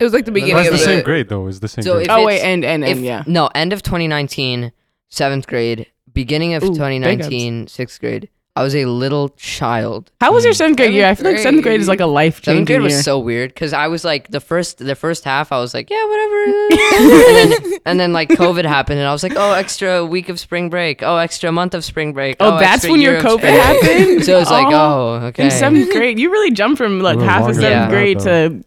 [SPEAKER 6] It was like the beginning
[SPEAKER 3] That's
[SPEAKER 6] of
[SPEAKER 3] the
[SPEAKER 2] Yeah.
[SPEAKER 3] same grade though. It's the same.
[SPEAKER 2] So
[SPEAKER 3] grade.
[SPEAKER 2] if
[SPEAKER 1] oh
[SPEAKER 2] it's-
[SPEAKER 1] wait, and and
[SPEAKER 2] If,
[SPEAKER 1] and yeah.
[SPEAKER 2] No, end of 2019, seventh grade, beginning of
[SPEAKER 1] Ooh, big ups.
[SPEAKER 2] 2019, sixth grade. I was a little child.
[SPEAKER 1] How was your seventh grade
[SPEAKER 6] Seventh
[SPEAKER 1] year? I feel like seventh grade is like a life
[SPEAKER 2] Hmm. Seventh grade
[SPEAKER 1] changing year.
[SPEAKER 2] was so weird because I was like the first, the first half. I was like, yeah, whatever. and, then, and then like COVID happened, and I was like, oh, extra week of spring break. Oh, extra month of spring break.
[SPEAKER 1] Oh, that's
[SPEAKER 2] extra
[SPEAKER 1] when your
[SPEAKER 2] year of
[SPEAKER 1] COVID
[SPEAKER 2] spring break."
[SPEAKER 1] happened?
[SPEAKER 2] so it's like,
[SPEAKER 1] Oh,
[SPEAKER 2] oh, okay.
[SPEAKER 1] in seventh grade, you really jumped from like
[SPEAKER 3] We were
[SPEAKER 1] half
[SPEAKER 3] longer
[SPEAKER 1] of
[SPEAKER 3] than
[SPEAKER 1] seventh
[SPEAKER 2] that,
[SPEAKER 1] grade to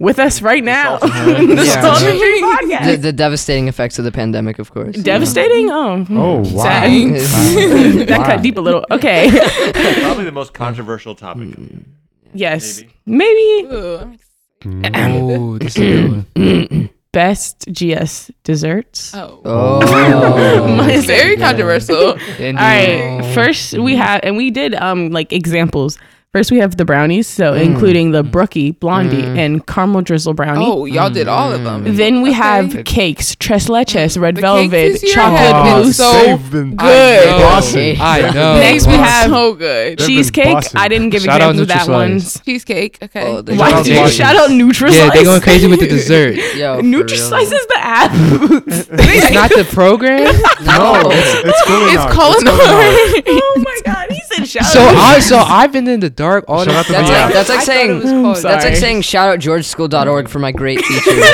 [SPEAKER 1] with us right now.
[SPEAKER 5] Salt and Pepper.
[SPEAKER 1] the
[SPEAKER 2] Yeah.
[SPEAKER 1] Salt and Pepper
[SPEAKER 2] the,
[SPEAKER 1] podcast.
[SPEAKER 2] the devastating effects of the pandemic, of course.
[SPEAKER 1] Devastating. Oh,
[SPEAKER 3] oh wow.
[SPEAKER 1] Sad.
[SPEAKER 3] Wow.
[SPEAKER 1] that cut deep a little. Okay.
[SPEAKER 5] Probably the most controversial topic.
[SPEAKER 1] yes. Maybe.
[SPEAKER 6] Ooh, I'm ex-
[SPEAKER 3] Mm.
[SPEAKER 4] Oh, this is a good one.
[SPEAKER 1] best GS desserts.
[SPEAKER 6] Oh,
[SPEAKER 2] Oh.
[SPEAKER 1] Mine's
[SPEAKER 6] very
[SPEAKER 4] Yeah.
[SPEAKER 6] controversial.
[SPEAKER 4] Indian.
[SPEAKER 1] All right. First, we
[SPEAKER 3] Mm-hmm.
[SPEAKER 1] have, and we did um like examples. First, we have the brownies, so
[SPEAKER 3] Mm.
[SPEAKER 1] including the brookie, blondie,
[SPEAKER 2] Mm.
[SPEAKER 1] and caramel drizzle brownie.
[SPEAKER 6] Oh, y'all did all of them.
[SPEAKER 1] Then we
[SPEAKER 6] Okay.
[SPEAKER 1] have cakes, tres leches, red
[SPEAKER 6] The cakes
[SPEAKER 1] velvet,
[SPEAKER 6] this year have
[SPEAKER 1] chocolate
[SPEAKER 6] been
[SPEAKER 1] mousse,
[SPEAKER 6] so
[SPEAKER 3] they've been
[SPEAKER 6] good.
[SPEAKER 4] I know.
[SPEAKER 3] Bossing.
[SPEAKER 4] I know.
[SPEAKER 1] Next we
[SPEAKER 6] Wow.
[SPEAKER 1] have-
[SPEAKER 6] so good
[SPEAKER 3] They've been
[SPEAKER 1] cheesecake.
[SPEAKER 3] bossing.
[SPEAKER 1] I didn't give
[SPEAKER 4] Shout out
[SPEAKER 1] examples of that one.
[SPEAKER 4] Nutrislice.
[SPEAKER 6] cheesecake. Okay.
[SPEAKER 2] Oh, they-
[SPEAKER 1] Why
[SPEAKER 4] Shout
[SPEAKER 1] did you
[SPEAKER 4] out
[SPEAKER 1] shout out Nutrislice?
[SPEAKER 4] Yeah, they're going crazy with the dessert.
[SPEAKER 6] Oh,
[SPEAKER 2] Yo, for
[SPEAKER 1] Nutrislice
[SPEAKER 2] real.
[SPEAKER 1] is the app.
[SPEAKER 4] it's not the program.
[SPEAKER 3] No, it's it's cooling
[SPEAKER 6] it's
[SPEAKER 3] out.
[SPEAKER 6] colonoscopy.
[SPEAKER 1] oh my god, he said shout
[SPEAKER 4] So
[SPEAKER 1] out.
[SPEAKER 4] I so I've been in the dark all
[SPEAKER 3] Shout
[SPEAKER 4] the
[SPEAKER 3] out to
[SPEAKER 4] time.
[SPEAKER 2] That's
[SPEAKER 3] Yeah.
[SPEAKER 2] like that's like
[SPEAKER 6] I thought it was
[SPEAKER 2] saying
[SPEAKER 6] called-
[SPEAKER 2] that's like
[SPEAKER 1] Sorry.
[SPEAKER 2] saying shout out georgeschool.org for my great teachers.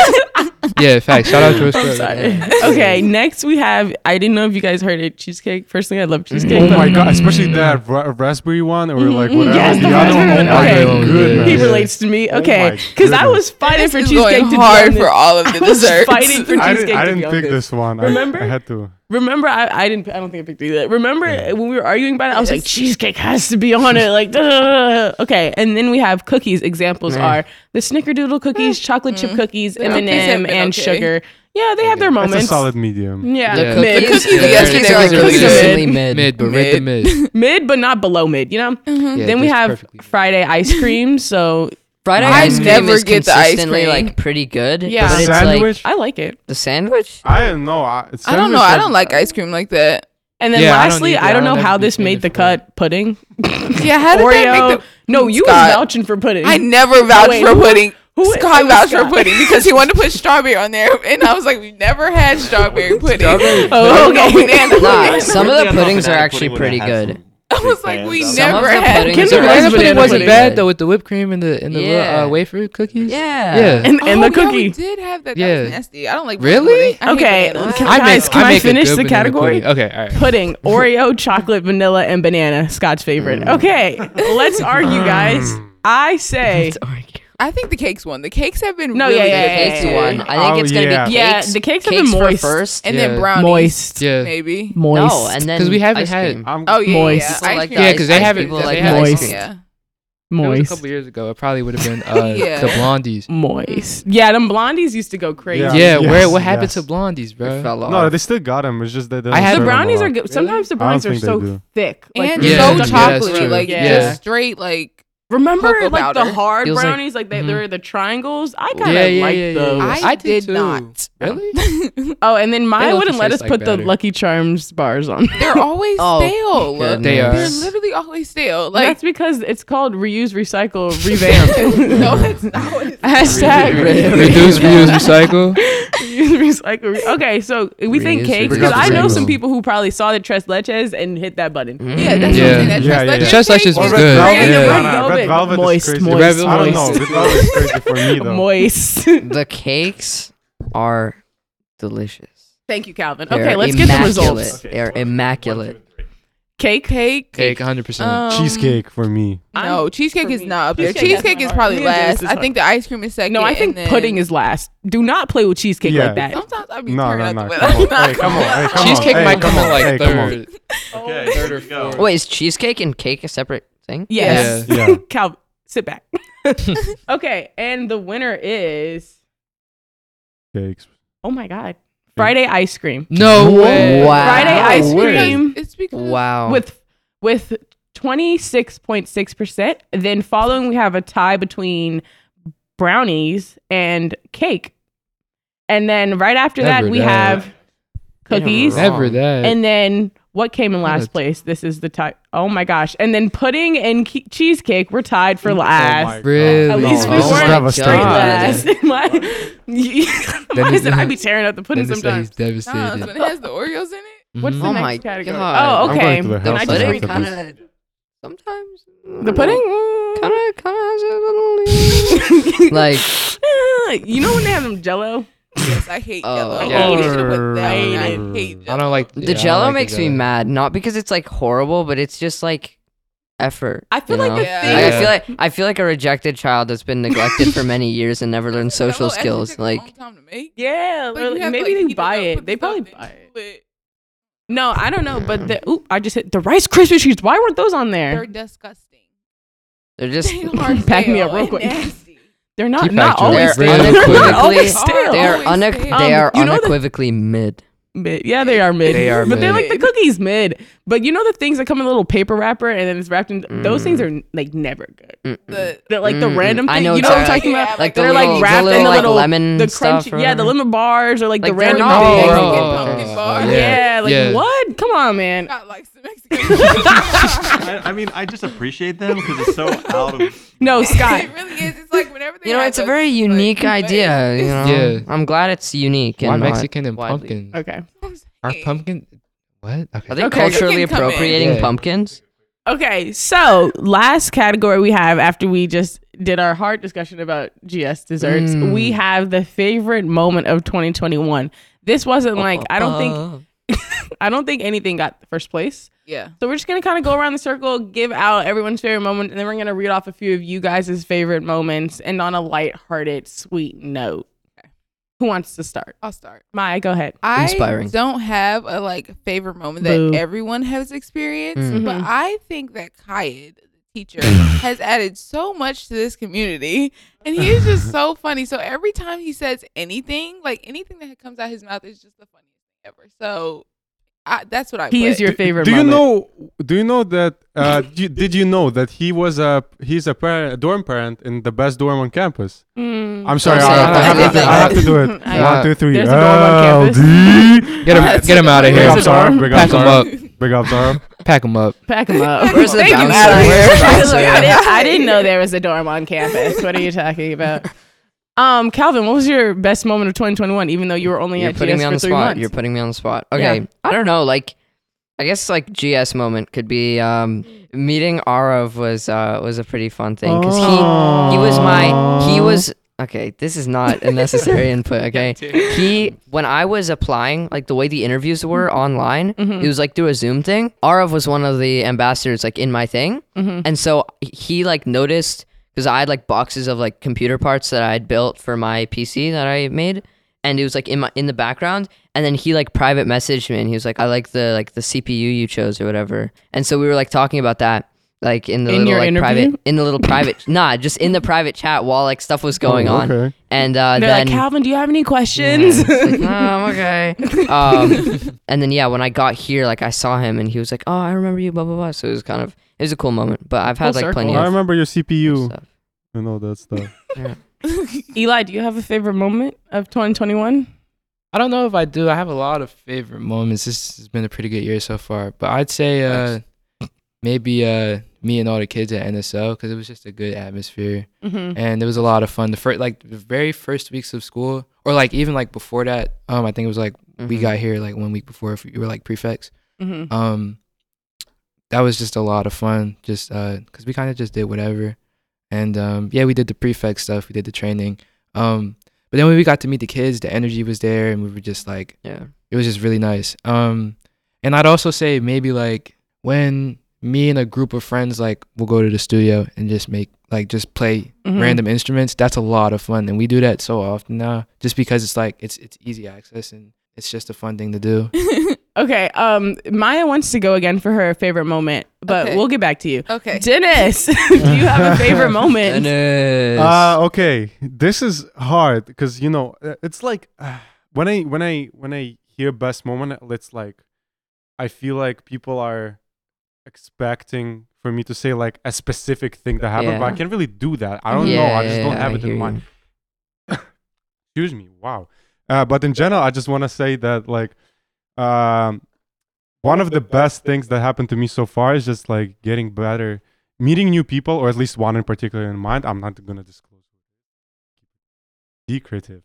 [SPEAKER 4] yeah, facts. Shout out George
[SPEAKER 1] I'm
[SPEAKER 4] Floyd.
[SPEAKER 1] sorry. Okay, next we have. I didn't know if you guys heard it. Cheesecake. Personally, I love cheesecake.
[SPEAKER 3] Oh
[SPEAKER 1] but-
[SPEAKER 3] my god, especially that ra- raspberry one or like whatever.
[SPEAKER 1] Mm-hmm. Yes, the
[SPEAKER 3] the other
[SPEAKER 1] raspberry
[SPEAKER 3] one.
[SPEAKER 1] one.
[SPEAKER 3] Oh my
[SPEAKER 1] Okay.
[SPEAKER 3] goodness.
[SPEAKER 1] He
[SPEAKER 3] Yeah.
[SPEAKER 1] relates to me.
[SPEAKER 3] Oh
[SPEAKER 1] Okay,
[SPEAKER 3] my
[SPEAKER 1] because I was
[SPEAKER 3] goodness.
[SPEAKER 1] fighting
[SPEAKER 6] This
[SPEAKER 1] for
[SPEAKER 6] is
[SPEAKER 1] cheesecake
[SPEAKER 6] going
[SPEAKER 1] to be
[SPEAKER 6] hard
[SPEAKER 1] on this.
[SPEAKER 6] for all of the
[SPEAKER 1] I was
[SPEAKER 6] desserts.
[SPEAKER 1] fighting for
[SPEAKER 3] I
[SPEAKER 1] cheesecake
[SPEAKER 3] didn't, I
[SPEAKER 1] to be
[SPEAKER 3] didn't
[SPEAKER 1] on
[SPEAKER 3] pick
[SPEAKER 1] this.
[SPEAKER 3] this one. I-
[SPEAKER 1] Remember?
[SPEAKER 3] I, had to.
[SPEAKER 1] Remember, I, I didn't. I don't think I picked either. Remember when we were arguing about it? I was like, cheesecake has to be on it. Like, duh, duh, duh, duh. okay. And then we have cookies. Examples are the Snickerdoodle cookies, chocolate chip cookies, M
[SPEAKER 6] Mm. cookies
[SPEAKER 1] and
[SPEAKER 6] have
[SPEAKER 1] M,
[SPEAKER 6] been
[SPEAKER 1] and
[SPEAKER 6] okay.
[SPEAKER 1] sugar. Yeah, they have their
[SPEAKER 3] That's
[SPEAKER 1] moments.
[SPEAKER 3] a solid medium.
[SPEAKER 1] Yeah,
[SPEAKER 2] The
[SPEAKER 4] Yeah.
[SPEAKER 2] cookies,
[SPEAKER 1] mid,
[SPEAKER 6] cookies
[SPEAKER 2] the
[SPEAKER 6] yesterday
[SPEAKER 2] cookies
[SPEAKER 6] were
[SPEAKER 2] are
[SPEAKER 6] cookies.
[SPEAKER 2] consistently mid.
[SPEAKER 4] Mid, but right the mid.
[SPEAKER 1] mid, but not below mid. You know.
[SPEAKER 6] Mm-hmm.
[SPEAKER 4] Yeah,
[SPEAKER 1] then we
[SPEAKER 4] just
[SPEAKER 1] have
[SPEAKER 4] perfectly.
[SPEAKER 1] Friday ice cream. So
[SPEAKER 2] Friday
[SPEAKER 6] I
[SPEAKER 2] ice cream
[SPEAKER 6] never
[SPEAKER 2] is
[SPEAKER 6] get the ice
[SPEAKER 2] consistently
[SPEAKER 6] cream.
[SPEAKER 2] like pretty good.
[SPEAKER 1] Yeah.
[SPEAKER 2] but
[SPEAKER 1] The
[SPEAKER 2] it's like
[SPEAKER 3] sandwich?
[SPEAKER 1] I like it.
[SPEAKER 2] the sandwich.
[SPEAKER 3] I don't know. I,
[SPEAKER 6] I don't know. I don't like ice cream like that.
[SPEAKER 1] And then
[SPEAKER 4] Yeah, I don't
[SPEAKER 1] lastly,
[SPEAKER 4] either.
[SPEAKER 1] I don't,
[SPEAKER 4] I don't
[SPEAKER 1] know
[SPEAKER 4] ever
[SPEAKER 1] how
[SPEAKER 4] be
[SPEAKER 1] this
[SPEAKER 4] fan
[SPEAKER 1] made
[SPEAKER 4] of
[SPEAKER 1] the
[SPEAKER 4] Friday.
[SPEAKER 1] cut. Pudding,
[SPEAKER 6] Yeah, how did that
[SPEAKER 1] Oreo.
[SPEAKER 6] make the?
[SPEAKER 1] No, you
[SPEAKER 6] Scott.
[SPEAKER 1] was vouching for pudding.
[SPEAKER 6] I never vouched
[SPEAKER 1] wait,
[SPEAKER 6] for
[SPEAKER 1] who-
[SPEAKER 6] pudding.
[SPEAKER 1] who- it
[SPEAKER 6] Scott
[SPEAKER 1] was
[SPEAKER 6] vouched
[SPEAKER 1] Scott.
[SPEAKER 6] for pudding because he wanted to put strawberry on there, and I was like, "We've never had strawberry pudding."
[SPEAKER 1] Oh, okay.
[SPEAKER 2] Nah, some of the
[SPEAKER 5] Weirdly enough,
[SPEAKER 2] puddings
[SPEAKER 5] an
[SPEAKER 2] are
[SPEAKER 5] attic
[SPEAKER 2] actually
[SPEAKER 5] pudding
[SPEAKER 2] pretty
[SPEAKER 5] would have
[SPEAKER 2] good.
[SPEAKER 5] some
[SPEAKER 6] I was
[SPEAKER 5] big
[SPEAKER 6] like,
[SPEAKER 5] fans
[SPEAKER 6] we
[SPEAKER 5] out.
[SPEAKER 2] Some of
[SPEAKER 6] never
[SPEAKER 2] the
[SPEAKER 6] had-
[SPEAKER 2] puddings
[SPEAKER 1] Kinder
[SPEAKER 2] are
[SPEAKER 1] Bueno
[SPEAKER 2] actually
[SPEAKER 1] pudding
[SPEAKER 2] pretty
[SPEAKER 1] wasn't
[SPEAKER 2] good.
[SPEAKER 4] bad though with the whipped cream and the and the little,
[SPEAKER 2] Yeah.
[SPEAKER 4] uh, wafer cookies.
[SPEAKER 2] Yeah.
[SPEAKER 4] Yeah.
[SPEAKER 1] and, and
[SPEAKER 6] Oh,
[SPEAKER 1] the
[SPEAKER 6] yeah,
[SPEAKER 1] cookie.
[SPEAKER 6] we did have that. That was
[SPEAKER 4] Yeah.
[SPEAKER 6] nasty. I don't like
[SPEAKER 4] Really?
[SPEAKER 6] pudding. I hate
[SPEAKER 1] Okay,
[SPEAKER 6] bananas.
[SPEAKER 1] can I, guys,
[SPEAKER 4] make-
[SPEAKER 1] can I,
[SPEAKER 4] make a
[SPEAKER 1] finish
[SPEAKER 4] good
[SPEAKER 1] the
[SPEAKER 4] banana
[SPEAKER 1] category?
[SPEAKER 4] pudding. Okay, all right.
[SPEAKER 1] Pudding, Oreo, chocolate, vanilla, and banana. Scott's favorite.
[SPEAKER 3] Mm.
[SPEAKER 1] Okay, let's argue, guys. I say
[SPEAKER 6] I think the cakes won. The cakes have been
[SPEAKER 1] No,
[SPEAKER 6] really
[SPEAKER 1] yeah,
[SPEAKER 6] good.
[SPEAKER 1] yeah, yeah,
[SPEAKER 2] Cakes
[SPEAKER 1] yeah,
[SPEAKER 2] one. I think
[SPEAKER 3] Oh,
[SPEAKER 2] it's gonna
[SPEAKER 3] yeah.
[SPEAKER 2] be
[SPEAKER 1] Yeah,
[SPEAKER 2] uh, cakes.
[SPEAKER 1] the cakes have been
[SPEAKER 2] for
[SPEAKER 1] moist.
[SPEAKER 2] first.
[SPEAKER 6] and then
[SPEAKER 4] Yeah.
[SPEAKER 6] brownies,
[SPEAKER 1] moist,
[SPEAKER 4] Yeah.
[SPEAKER 6] maybe.
[SPEAKER 1] moist.
[SPEAKER 2] No, and then
[SPEAKER 4] 'Cause we haven't
[SPEAKER 2] ice
[SPEAKER 4] had-
[SPEAKER 2] cream.
[SPEAKER 3] I'm,
[SPEAKER 6] Oh yeah,
[SPEAKER 1] Moist.
[SPEAKER 6] yeah,
[SPEAKER 1] People
[SPEAKER 6] yeah. Ice
[SPEAKER 2] like
[SPEAKER 6] cream.
[SPEAKER 2] that.
[SPEAKER 4] Yeah, because they
[SPEAKER 2] Ice
[SPEAKER 4] haven't.
[SPEAKER 2] people
[SPEAKER 4] They
[SPEAKER 2] like
[SPEAKER 4] haven't
[SPEAKER 1] ice
[SPEAKER 4] moist.
[SPEAKER 1] cream.
[SPEAKER 6] Yeah.
[SPEAKER 4] It was a
[SPEAKER 1] moist,
[SPEAKER 4] couple years ago. It probably would have been uh,
[SPEAKER 6] Yeah.
[SPEAKER 4] the Blondies.
[SPEAKER 1] moist. Yeah, them blondies used to go crazy.
[SPEAKER 3] Yeah.
[SPEAKER 4] Yeah, where
[SPEAKER 3] Yes,
[SPEAKER 4] what happened to
[SPEAKER 3] yes.
[SPEAKER 4] Blondies, bro?
[SPEAKER 2] fell off.
[SPEAKER 3] no, they still got them. It's just that they
[SPEAKER 4] I
[SPEAKER 3] don't
[SPEAKER 4] had-
[SPEAKER 1] The
[SPEAKER 3] serve 'em
[SPEAKER 1] brownies
[SPEAKER 3] a
[SPEAKER 1] are
[SPEAKER 3] lot.
[SPEAKER 1] good. Sometimes the
[SPEAKER 3] I don't
[SPEAKER 1] brownies are
[SPEAKER 3] think they
[SPEAKER 1] so
[SPEAKER 3] do.
[SPEAKER 1] thick
[SPEAKER 6] and
[SPEAKER 1] they're
[SPEAKER 4] Yeah,
[SPEAKER 6] so
[SPEAKER 4] that's
[SPEAKER 1] stuck
[SPEAKER 4] true.
[SPEAKER 6] chocolatey,
[SPEAKER 1] together.
[SPEAKER 6] like
[SPEAKER 1] yeah.
[SPEAKER 6] just straight, like
[SPEAKER 1] Remember
[SPEAKER 6] cocoa
[SPEAKER 1] like
[SPEAKER 6] powder.
[SPEAKER 1] the hard
[SPEAKER 2] Feels like-
[SPEAKER 1] brownies, like, they
[SPEAKER 4] Mhm.
[SPEAKER 1] they're the triangles. I
[SPEAKER 4] Yeah,
[SPEAKER 1] kind of
[SPEAKER 4] yeah, yeah,
[SPEAKER 1] like
[SPEAKER 4] yeah,
[SPEAKER 1] those.
[SPEAKER 4] yeah.
[SPEAKER 6] I did not.
[SPEAKER 4] Really?
[SPEAKER 1] oh, and then mine
[SPEAKER 4] don't
[SPEAKER 1] wouldn't let us
[SPEAKER 4] taste
[SPEAKER 1] put
[SPEAKER 4] like
[SPEAKER 1] the
[SPEAKER 4] batter.
[SPEAKER 1] Lucky Charms bars on.
[SPEAKER 6] they're always
[SPEAKER 2] Oh,
[SPEAKER 6] stale.
[SPEAKER 2] Goodness.
[SPEAKER 4] They are.
[SPEAKER 6] They're literally always stale. Like
[SPEAKER 1] That's because it's called reuse, recycle, revamp.
[SPEAKER 6] no, that's not what it's
[SPEAKER 1] Hashtag
[SPEAKER 4] Reduce, reuse, recycle.
[SPEAKER 1] reuse, recycle. re- okay, so we think
[SPEAKER 2] Reuse,
[SPEAKER 1] cakes
[SPEAKER 2] recycle.
[SPEAKER 1] because I know
[SPEAKER 3] Recycle.
[SPEAKER 1] some people who probably saw the Tres Leches and hit that button.
[SPEAKER 6] Yeah, that's
[SPEAKER 4] Yeah.
[SPEAKER 6] what I'm saying. That
[SPEAKER 3] Yeah, yeah, yeah.
[SPEAKER 4] Chest
[SPEAKER 6] Chestnut
[SPEAKER 4] Lashes
[SPEAKER 6] cake
[SPEAKER 4] was
[SPEAKER 3] Or
[SPEAKER 4] good.
[SPEAKER 3] Red
[SPEAKER 1] Yeah.
[SPEAKER 3] Velvet.
[SPEAKER 1] Red
[SPEAKER 3] Nah, nah,
[SPEAKER 1] Velvet.
[SPEAKER 3] Red Velvet
[SPEAKER 1] Moist,
[SPEAKER 3] is crazy.
[SPEAKER 1] moist,
[SPEAKER 4] Red Velvet
[SPEAKER 3] I don't know.
[SPEAKER 4] moist.
[SPEAKER 3] Red Velvet is crazy for me though.
[SPEAKER 1] Moist.
[SPEAKER 2] The cakes are delicious.
[SPEAKER 1] Thank you, Calvin.
[SPEAKER 2] They're
[SPEAKER 1] Okay, let's get the
[SPEAKER 2] immaculate.
[SPEAKER 1] results.
[SPEAKER 2] They are immaculate.
[SPEAKER 1] Cake,
[SPEAKER 6] cake.
[SPEAKER 4] Cake, 100. percent
[SPEAKER 6] Um,
[SPEAKER 3] Cheesecake for me.
[SPEAKER 6] No, cheesecake
[SPEAKER 1] for
[SPEAKER 6] is
[SPEAKER 1] me.
[SPEAKER 6] not up there.
[SPEAKER 1] Cheesecake has
[SPEAKER 6] Cheesecake
[SPEAKER 1] my
[SPEAKER 6] is
[SPEAKER 1] heart.
[SPEAKER 6] probably
[SPEAKER 1] Neither is
[SPEAKER 6] last.
[SPEAKER 1] this
[SPEAKER 6] I
[SPEAKER 1] one.
[SPEAKER 6] think the ice cream is second.
[SPEAKER 1] No, I
[SPEAKER 6] and
[SPEAKER 1] think
[SPEAKER 6] then- Oh.
[SPEAKER 1] pudding is last. Do not play with cheesecake
[SPEAKER 3] Yeah.
[SPEAKER 1] like that.
[SPEAKER 6] Sometimes I'd be
[SPEAKER 3] No,
[SPEAKER 6] turning
[SPEAKER 3] no,
[SPEAKER 6] out
[SPEAKER 3] no.
[SPEAKER 6] the
[SPEAKER 3] Come on. Hey, come on. Hey, come
[SPEAKER 4] Cheesecake
[SPEAKER 3] on. Hey,
[SPEAKER 4] might come
[SPEAKER 3] come
[SPEAKER 4] in
[SPEAKER 3] on.
[SPEAKER 4] like
[SPEAKER 3] Hey, come on.
[SPEAKER 4] third.
[SPEAKER 5] Okay,
[SPEAKER 4] Third or
[SPEAKER 5] here we go.
[SPEAKER 4] fourth.
[SPEAKER 2] Wait, is cheesecake and cake a separate thing?
[SPEAKER 1] Yes.
[SPEAKER 3] Yeah.
[SPEAKER 1] Cal, sit back. okay, and the winner is
[SPEAKER 3] Cakes.
[SPEAKER 1] oh my god, Friday ice cream.
[SPEAKER 4] No way.
[SPEAKER 2] Wow.
[SPEAKER 1] Friday
[SPEAKER 3] Oh,
[SPEAKER 1] ice
[SPEAKER 3] wait.
[SPEAKER 1] cream
[SPEAKER 6] It's because
[SPEAKER 2] Wow.
[SPEAKER 1] with with twenty six point six percent. Then following, we have a tie between brownies and cake, and then right after that,
[SPEAKER 4] Never
[SPEAKER 1] we
[SPEAKER 4] that.
[SPEAKER 1] have cookies,
[SPEAKER 3] Never
[SPEAKER 4] Never that.
[SPEAKER 1] and then. What came in last
[SPEAKER 4] That's-
[SPEAKER 1] place? This is the tie. Oh my gosh! And then pudding and ke- cheesecake were tied for
[SPEAKER 3] Oh
[SPEAKER 1] last.
[SPEAKER 3] my God.
[SPEAKER 4] Really?
[SPEAKER 1] At least
[SPEAKER 3] No,
[SPEAKER 1] we
[SPEAKER 3] this is
[SPEAKER 1] weren't
[SPEAKER 3] devastating.
[SPEAKER 1] straight
[SPEAKER 2] God.
[SPEAKER 1] last. Why? Why is it I be tearing up the pudding
[SPEAKER 4] Dennis said he's
[SPEAKER 1] sometimes?
[SPEAKER 6] Nah, it's
[SPEAKER 4] devastated. Mm-hmm.
[SPEAKER 6] when it has the Oreos in it.
[SPEAKER 1] What's the
[SPEAKER 2] Oh
[SPEAKER 4] Mhm.
[SPEAKER 2] my
[SPEAKER 1] next category?
[SPEAKER 2] God.
[SPEAKER 1] Oh,
[SPEAKER 3] I'm
[SPEAKER 1] okay.
[SPEAKER 3] going to the
[SPEAKER 2] the
[SPEAKER 1] Then I
[SPEAKER 3] house
[SPEAKER 1] just
[SPEAKER 3] and
[SPEAKER 2] pudding
[SPEAKER 1] read
[SPEAKER 3] have
[SPEAKER 2] kind
[SPEAKER 3] to do-
[SPEAKER 2] of sometimes
[SPEAKER 1] the pudding.
[SPEAKER 2] kind of kind of has a little like
[SPEAKER 1] you know when they have them Jello?
[SPEAKER 6] Yes, I hate
[SPEAKER 2] Oh,
[SPEAKER 6] yellow.
[SPEAKER 2] yeah.
[SPEAKER 6] We should've went that
[SPEAKER 1] I
[SPEAKER 6] one.
[SPEAKER 1] hate
[SPEAKER 6] I hate
[SPEAKER 4] I
[SPEAKER 6] yellow.
[SPEAKER 4] don't like
[SPEAKER 2] the Jello makes me mad. Not because it's like horrible, but it's just like effort.
[SPEAKER 1] I feel
[SPEAKER 2] you
[SPEAKER 1] like
[SPEAKER 2] know?
[SPEAKER 1] the
[SPEAKER 6] Yeah.
[SPEAKER 1] thing.
[SPEAKER 2] Like, I
[SPEAKER 4] Yeah.
[SPEAKER 2] feel like I feel like a rejected child that's been neglected for many years and never learned social
[SPEAKER 6] Yellow actually
[SPEAKER 2] skills.
[SPEAKER 6] took a
[SPEAKER 2] Like
[SPEAKER 6] long time to make.
[SPEAKER 1] yeah,
[SPEAKER 6] But
[SPEAKER 1] or
[SPEAKER 6] you
[SPEAKER 1] like-
[SPEAKER 6] have to,
[SPEAKER 1] maybe
[SPEAKER 6] like,
[SPEAKER 1] they
[SPEAKER 6] heat it
[SPEAKER 1] buy
[SPEAKER 6] up,
[SPEAKER 1] it.
[SPEAKER 6] put
[SPEAKER 1] They
[SPEAKER 6] the
[SPEAKER 1] probably
[SPEAKER 6] stuff
[SPEAKER 1] buy it.
[SPEAKER 6] into it.
[SPEAKER 1] No, I don't know, but the ooh, I just hit the Rice Krispie treats. Why weren't those on there?
[SPEAKER 6] They're
[SPEAKER 1] They're,
[SPEAKER 6] disgusting.
[SPEAKER 2] they're just
[SPEAKER 6] They are
[SPEAKER 1] Pack me
[SPEAKER 6] stale
[SPEAKER 1] up real
[SPEAKER 6] and
[SPEAKER 1] quick.
[SPEAKER 6] nasty.
[SPEAKER 1] not
[SPEAKER 4] Keep
[SPEAKER 1] not
[SPEAKER 4] that, Joey.
[SPEAKER 1] always. stale.
[SPEAKER 2] They're
[SPEAKER 1] They're not
[SPEAKER 2] unequivocally-
[SPEAKER 1] always stale.
[SPEAKER 2] they are
[SPEAKER 6] Always
[SPEAKER 2] unequ-
[SPEAKER 6] fail.
[SPEAKER 2] they
[SPEAKER 1] Um,
[SPEAKER 2] are
[SPEAKER 1] you know the-
[SPEAKER 2] unequivocally mid.
[SPEAKER 1] Mid. Yeah, they are mid.
[SPEAKER 4] They are
[SPEAKER 1] but they're like
[SPEAKER 6] mid.
[SPEAKER 1] the cookies mid. But you know the things that come in a little paper wrapper and then it's wrapped in those things are like never good.
[SPEAKER 6] The-
[SPEAKER 1] They're like the
[SPEAKER 2] Mm,
[SPEAKER 1] random
[SPEAKER 2] I
[SPEAKER 1] thing.
[SPEAKER 2] know
[SPEAKER 1] you know what I'm
[SPEAKER 2] exactly.
[SPEAKER 1] talking
[SPEAKER 6] Yeah,
[SPEAKER 1] about?
[SPEAKER 6] like the
[SPEAKER 1] they're
[SPEAKER 6] little-
[SPEAKER 1] like
[SPEAKER 6] the
[SPEAKER 1] wrapped in
[SPEAKER 2] little,
[SPEAKER 1] the
[SPEAKER 2] like,
[SPEAKER 1] little
[SPEAKER 2] lemon
[SPEAKER 1] the
[SPEAKER 2] stuff uh-huh.
[SPEAKER 1] crunchy.
[SPEAKER 2] or
[SPEAKER 1] Yeah, the
[SPEAKER 2] whatever.
[SPEAKER 1] lemon bars or like,
[SPEAKER 2] Like,
[SPEAKER 1] the
[SPEAKER 2] they're
[SPEAKER 4] Oh,
[SPEAKER 1] random
[SPEAKER 2] not
[SPEAKER 1] things.
[SPEAKER 2] big.
[SPEAKER 6] Mexican pumpkin bar.
[SPEAKER 1] yeah. like
[SPEAKER 4] Yeah.
[SPEAKER 1] what? Come on, man.
[SPEAKER 6] Not like some Mexican.
[SPEAKER 5] I, I mean, I just appreciate them because it's so out of.
[SPEAKER 1] No, Scott.
[SPEAKER 6] it really is. It's like whenever they
[SPEAKER 2] You know,
[SPEAKER 6] have
[SPEAKER 2] it's a
[SPEAKER 6] those,
[SPEAKER 2] very
[SPEAKER 6] like,
[SPEAKER 2] unique
[SPEAKER 6] like,
[SPEAKER 2] idea. You know,
[SPEAKER 4] Yeah.
[SPEAKER 2] I'm glad it's unique.
[SPEAKER 4] Why
[SPEAKER 2] and not
[SPEAKER 4] Mexican and
[SPEAKER 2] widely-
[SPEAKER 4] pumpkin?
[SPEAKER 1] Okay.
[SPEAKER 6] I'm saying.
[SPEAKER 4] Are pumpkin? What?
[SPEAKER 2] Are
[SPEAKER 4] Okay.
[SPEAKER 2] they
[SPEAKER 1] Okay.
[SPEAKER 2] culturally
[SPEAKER 6] Mexican come in.
[SPEAKER 2] appropriating
[SPEAKER 4] Yeah.
[SPEAKER 2] pumpkins?
[SPEAKER 1] Okay, so last category we have after we just did our hard discussion about GS desserts, we have the favorite moment of 2021. This wasn't like I don't
[SPEAKER 2] Uh-huh.
[SPEAKER 1] think I don't think anything got first place.
[SPEAKER 6] Yeah.
[SPEAKER 1] So we're just gonna kind of go around the circle, give out everyone's favorite moment, and then we're gonna read off a few of you guys' favorite moments, and on a light-hearted, sweet note. Who wants to start?
[SPEAKER 6] I'll start.
[SPEAKER 1] Maya, go ahead.
[SPEAKER 6] I
[SPEAKER 2] Inspiring.
[SPEAKER 6] don't have a like favorite moment that
[SPEAKER 1] Boo. Mm-hmm.
[SPEAKER 6] everyone has experienced,
[SPEAKER 2] Mm.
[SPEAKER 6] but I think that Kayed, the teacher, has added so much to this community, and he's just so funny. So every time he says anything, like anything that comes out his mouth, is just the funniest thing ever. So I, that's what I.
[SPEAKER 1] He
[SPEAKER 6] put.
[SPEAKER 1] is your favorite.
[SPEAKER 3] do you
[SPEAKER 1] moment.
[SPEAKER 3] know? Do you know that? Uh, do you- did you know that he was a he's a, parent, a dorm parent in the best dorm on campus?
[SPEAKER 1] Mm.
[SPEAKER 3] I'm sorry,
[SPEAKER 2] say
[SPEAKER 3] I, I,
[SPEAKER 2] that.
[SPEAKER 3] have to, I have to do it.
[SPEAKER 1] I-
[SPEAKER 3] One, two, three.
[SPEAKER 1] There's a dorm on
[SPEAKER 3] LD.
[SPEAKER 4] Get him, get him out of
[SPEAKER 3] Big
[SPEAKER 4] here.
[SPEAKER 3] up, Zara. Big up,
[SPEAKER 4] Pack him
[SPEAKER 3] Zara.
[SPEAKER 4] up.
[SPEAKER 3] Big up, Zara.
[SPEAKER 4] Pack him up.
[SPEAKER 1] Pack him up.
[SPEAKER 2] Where's the
[SPEAKER 1] Thank you,
[SPEAKER 2] bouncer?
[SPEAKER 1] Adam.
[SPEAKER 2] Where's the
[SPEAKER 1] I was like, I,
[SPEAKER 2] bouncer?
[SPEAKER 1] didn't, I didn't know there was a dorm on campus. What are you talking about? Um, Calvin, what was your best moment of 2021? Even though you were only
[SPEAKER 2] You're
[SPEAKER 1] at
[SPEAKER 2] putting
[SPEAKER 1] GS
[SPEAKER 2] me on
[SPEAKER 1] for
[SPEAKER 2] the
[SPEAKER 1] three
[SPEAKER 2] spot.
[SPEAKER 1] months.
[SPEAKER 2] You're putting me on the spot. Okay. I don't know. Like, I guess like GS moment could be um, meeting Arav was uh, was a pretty fun thing because he he was my he was okay. This is not a necessary input. Okay. He when I was applying, like the way the interviews were
[SPEAKER 1] Mm-hmm.
[SPEAKER 2] online, it was like through a Zoom thing. Arav was one of the ambassadors, like in my thing,
[SPEAKER 1] Mm-hmm.
[SPEAKER 2] and so he like noticed because I had like boxes of like computer parts that I had built for my PC that I made and it was like in my in the background and then he like private messaged me and he was like i like the like the cpu you chose or whatever and so we were like talking about that like in the
[SPEAKER 1] In
[SPEAKER 2] little
[SPEAKER 1] your
[SPEAKER 2] like
[SPEAKER 1] interview?
[SPEAKER 2] private in the little private nah just in the private chat while like stuff was going
[SPEAKER 3] Oh,
[SPEAKER 2] on
[SPEAKER 3] okay.
[SPEAKER 2] and uh
[SPEAKER 1] They're
[SPEAKER 2] then
[SPEAKER 1] like, Calvin, do you have any questions?
[SPEAKER 2] like, "No, I'm okay. Um, and then yeah, when I got here, like I saw him and he was like, "Oh, I remember you." Blah blah blah. So it was kind of it was a cool moment. But I've had
[SPEAKER 1] Full
[SPEAKER 2] like
[SPEAKER 1] circle.
[SPEAKER 2] plenty
[SPEAKER 3] I
[SPEAKER 2] of
[SPEAKER 3] remember your CPU
[SPEAKER 2] stuff.
[SPEAKER 3] and all that stuff.
[SPEAKER 1] Eli, do you have a favorite moment of 2021?
[SPEAKER 4] I don't know if I do. I have a lot of favorite moments. This has been a pretty good year so far, but I'd say uh, maybe uh, me and all the kids at NSL because it was just a good atmosphere
[SPEAKER 1] Mm-hmm.
[SPEAKER 4] and it was a lot of fun. The first, like the very first weeks of school, or like even like before that, um, I think it was like we
[SPEAKER 2] Mhm.
[SPEAKER 4] got here like one week before if you were like prefects.
[SPEAKER 1] Mm-hmm.
[SPEAKER 4] Um, that was just a lot of fun, just because we kind of just did whatever, and um, yeah, we did the prefect stuff, we did the training. Um, but then when we got to meet the kids, the energy was there, and we were just like
[SPEAKER 2] yeah.
[SPEAKER 4] it was just really nice. Um, and I'd also say maybe like when me and a group of friends like will go to the studio and just make like just play
[SPEAKER 1] Mhm.
[SPEAKER 4] random instruments. That's a lot of fun, and we do that so often now, just because it's like it's it's easy access and it's just a fun thing to do.
[SPEAKER 1] Okay. Um, Maya wants to go again for her favorite moment, but
[SPEAKER 6] Okay.
[SPEAKER 1] we'll get back to you.
[SPEAKER 6] okay.
[SPEAKER 1] Dennis, do you have a favorite moment?
[SPEAKER 3] Uh, okay, this is hard because you know uh, it's like uh, when I when I when I hear best moment, it's like I feel like people are expecting for me to say like a specific thing that happened, but I
[SPEAKER 2] Yeah.
[SPEAKER 3] can't really do that. I don't know. I just don't have it in mind. Excuse me. Wow. Uh, but in general, I just want to say that like um, one of the best things that happened to me so far is just like getting better, meeting new people, or at least one in particular in mind. I'm not gonna disclose. Secretive,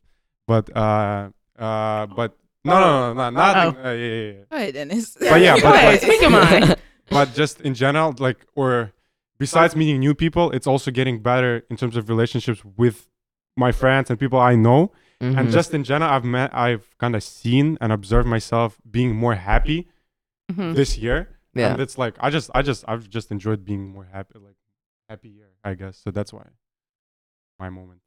[SPEAKER 3] but uh, uh, but no, no, no, no, not uh, yeah, yeah, yeah.
[SPEAKER 6] Go ahead, Dennis.
[SPEAKER 3] But yeah,
[SPEAKER 1] Go
[SPEAKER 3] but-
[SPEAKER 1] ahead, speak your mind.
[SPEAKER 2] Mm-hmm.
[SPEAKER 3] But just in general, like or besides meeting new people, it's also getting better in terms of relationships with my friends and people I know
[SPEAKER 2] Mm-hmm.
[SPEAKER 3] and just in general i've met i've kind of seen and observed myself being more happy
[SPEAKER 1] Mhm.
[SPEAKER 3] this year
[SPEAKER 2] yeah.
[SPEAKER 3] and it's like i just i just i've just enjoyed being more happy like happy year i guess so that's why my moment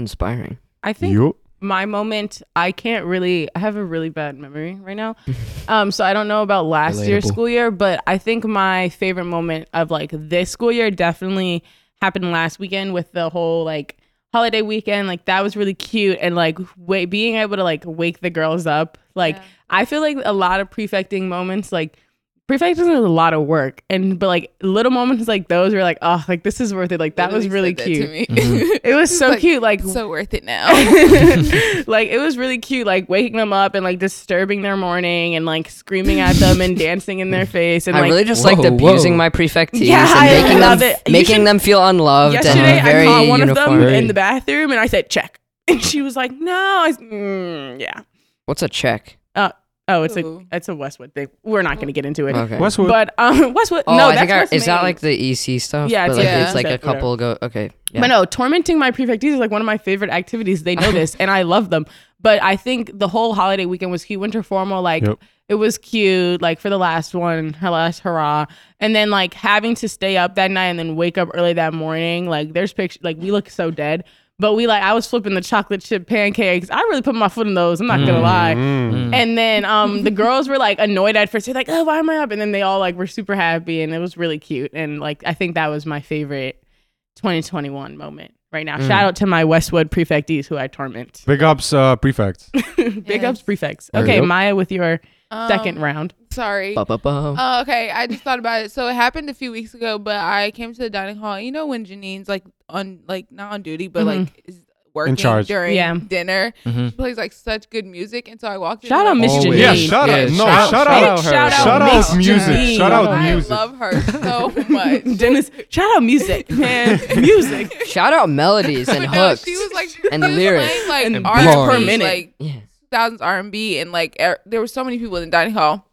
[SPEAKER 2] inspiring.
[SPEAKER 1] I think
[SPEAKER 3] you
[SPEAKER 1] my moment i can't really i have a really bad memory right now um so i don't know about last year's
[SPEAKER 4] Relatable.
[SPEAKER 1] school year but i think my favorite moment of like this school year definitely happened last weekend with the whole like holiday weekend like that was really cute and like wa being able to like wake the girls up like
[SPEAKER 6] Yeah.
[SPEAKER 1] i feel like a lot of prefecting moments like prefecting is a lot of work and but like little moments like those were like oh like this is worth it like that was really
[SPEAKER 6] Literally said
[SPEAKER 1] cute
[SPEAKER 6] that to
[SPEAKER 3] Mm-hmm.
[SPEAKER 6] me.
[SPEAKER 1] it was
[SPEAKER 6] It's
[SPEAKER 1] so
[SPEAKER 6] like,
[SPEAKER 1] cute like
[SPEAKER 6] so worth it now.
[SPEAKER 1] like it was really cute like waking them up and like disturbing their morning and like screaming at them and dancing in their face and
[SPEAKER 2] I
[SPEAKER 1] like
[SPEAKER 2] really just
[SPEAKER 4] Whoa,
[SPEAKER 2] liked abusing
[SPEAKER 4] whoa.
[SPEAKER 2] my prefectees
[SPEAKER 1] Yeah, I
[SPEAKER 2] and making
[SPEAKER 1] love
[SPEAKER 2] them
[SPEAKER 1] it. You
[SPEAKER 2] making
[SPEAKER 1] should-
[SPEAKER 2] them feel unloved
[SPEAKER 1] yesterday
[SPEAKER 2] and
[SPEAKER 1] i
[SPEAKER 2] very
[SPEAKER 1] caught one
[SPEAKER 2] uniform.
[SPEAKER 1] of them
[SPEAKER 4] Very-
[SPEAKER 1] in the bathroom and i said check and she was like no I, s- mm, yeah
[SPEAKER 2] What's a check?
[SPEAKER 1] uh Oh, it's a
[SPEAKER 6] Ooh.
[SPEAKER 1] it's a Westwood thing. We're not going to get into it.
[SPEAKER 2] Okay.
[SPEAKER 3] Westwood.
[SPEAKER 1] But um, Westwood.
[SPEAKER 2] Oh,
[SPEAKER 1] no,
[SPEAKER 2] I
[SPEAKER 1] that's
[SPEAKER 2] think I,
[SPEAKER 1] West
[SPEAKER 2] is that
[SPEAKER 1] Main.
[SPEAKER 2] like the EC stuff?
[SPEAKER 1] Yeah,
[SPEAKER 2] but
[SPEAKER 1] it's
[SPEAKER 2] like
[SPEAKER 6] yeah.
[SPEAKER 2] it's like a
[SPEAKER 1] Whatever.
[SPEAKER 2] couple go. Okay, yeah.
[SPEAKER 1] But no, tormenting my prefectees is like one of my favorite activities. They know this, and I love them. But I think the whole holiday weekend was cute. Winter formal, like
[SPEAKER 3] Yep.
[SPEAKER 1] it was cute, like for the last one, her last hurrah. And then like having to stay up that night and then wake up early that morning. Like there's pictures, like we look so dead. But we like I was flipping the chocolate chip pancakes. I really put my foot in those. I'm not gonna lie.
[SPEAKER 3] Mm.
[SPEAKER 1] And then um, the girls were like annoyed at first. They're like, "Oh, why am I up?" And then they all like were super happy, and it was really cute. And like I think that was my favorite 2021 moment right
[SPEAKER 3] Mm.
[SPEAKER 1] now. Shout out to my Westwood prefectees who I torment.
[SPEAKER 3] Big ups, uh, prefects.
[SPEAKER 1] Big ups,
[SPEAKER 6] Yes.
[SPEAKER 1] prefects.
[SPEAKER 3] There you
[SPEAKER 1] Okay,
[SPEAKER 3] go.
[SPEAKER 1] Maya, with your second
[SPEAKER 6] Um,
[SPEAKER 1] round.
[SPEAKER 6] Sorry.
[SPEAKER 2] Ba-ba-bum.
[SPEAKER 6] Oh, okay. I just thought about it. So it happened a few weeks ago, but I came to the dining hall. You know when Janine's like on like not on duty, but like is working
[SPEAKER 3] charge. Mm-hmm.
[SPEAKER 6] during
[SPEAKER 1] Mm-hmm. Yeah.
[SPEAKER 6] dinner.
[SPEAKER 4] Mhm.
[SPEAKER 6] She plays like such good music, and so I walked in.
[SPEAKER 1] Shout
[SPEAKER 6] and,
[SPEAKER 1] out,
[SPEAKER 6] like,
[SPEAKER 1] Miss
[SPEAKER 4] Always.
[SPEAKER 1] Janine.
[SPEAKER 3] Yeah, shout
[SPEAKER 4] Yeah,
[SPEAKER 3] out. No, shout
[SPEAKER 4] shout- shout
[SPEAKER 3] out.
[SPEAKER 1] out her.
[SPEAKER 3] Shout out
[SPEAKER 1] Miss
[SPEAKER 3] music.
[SPEAKER 1] Janine.
[SPEAKER 3] Shout out
[SPEAKER 6] I
[SPEAKER 3] music.
[SPEAKER 6] love her so much.
[SPEAKER 1] Dennis, shout out music, man, music.
[SPEAKER 2] Shout out melodies and
[SPEAKER 6] But no,
[SPEAKER 2] hooks.
[SPEAKER 6] she was like
[SPEAKER 2] and
[SPEAKER 6] she was
[SPEAKER 2] lyrics.
[SPEAKER 6] playing, like
[SPEAKER 1] And
[SPEAKER 6] R&B,
[SPEAKER 4] bars. Per
[SPEAKER 1] minute.
[SPEAKER 6] like
[SPEAKER 2] yeah.
[SPEAKER 6] thousands R and B, and like er- there were so many people in the dining hall,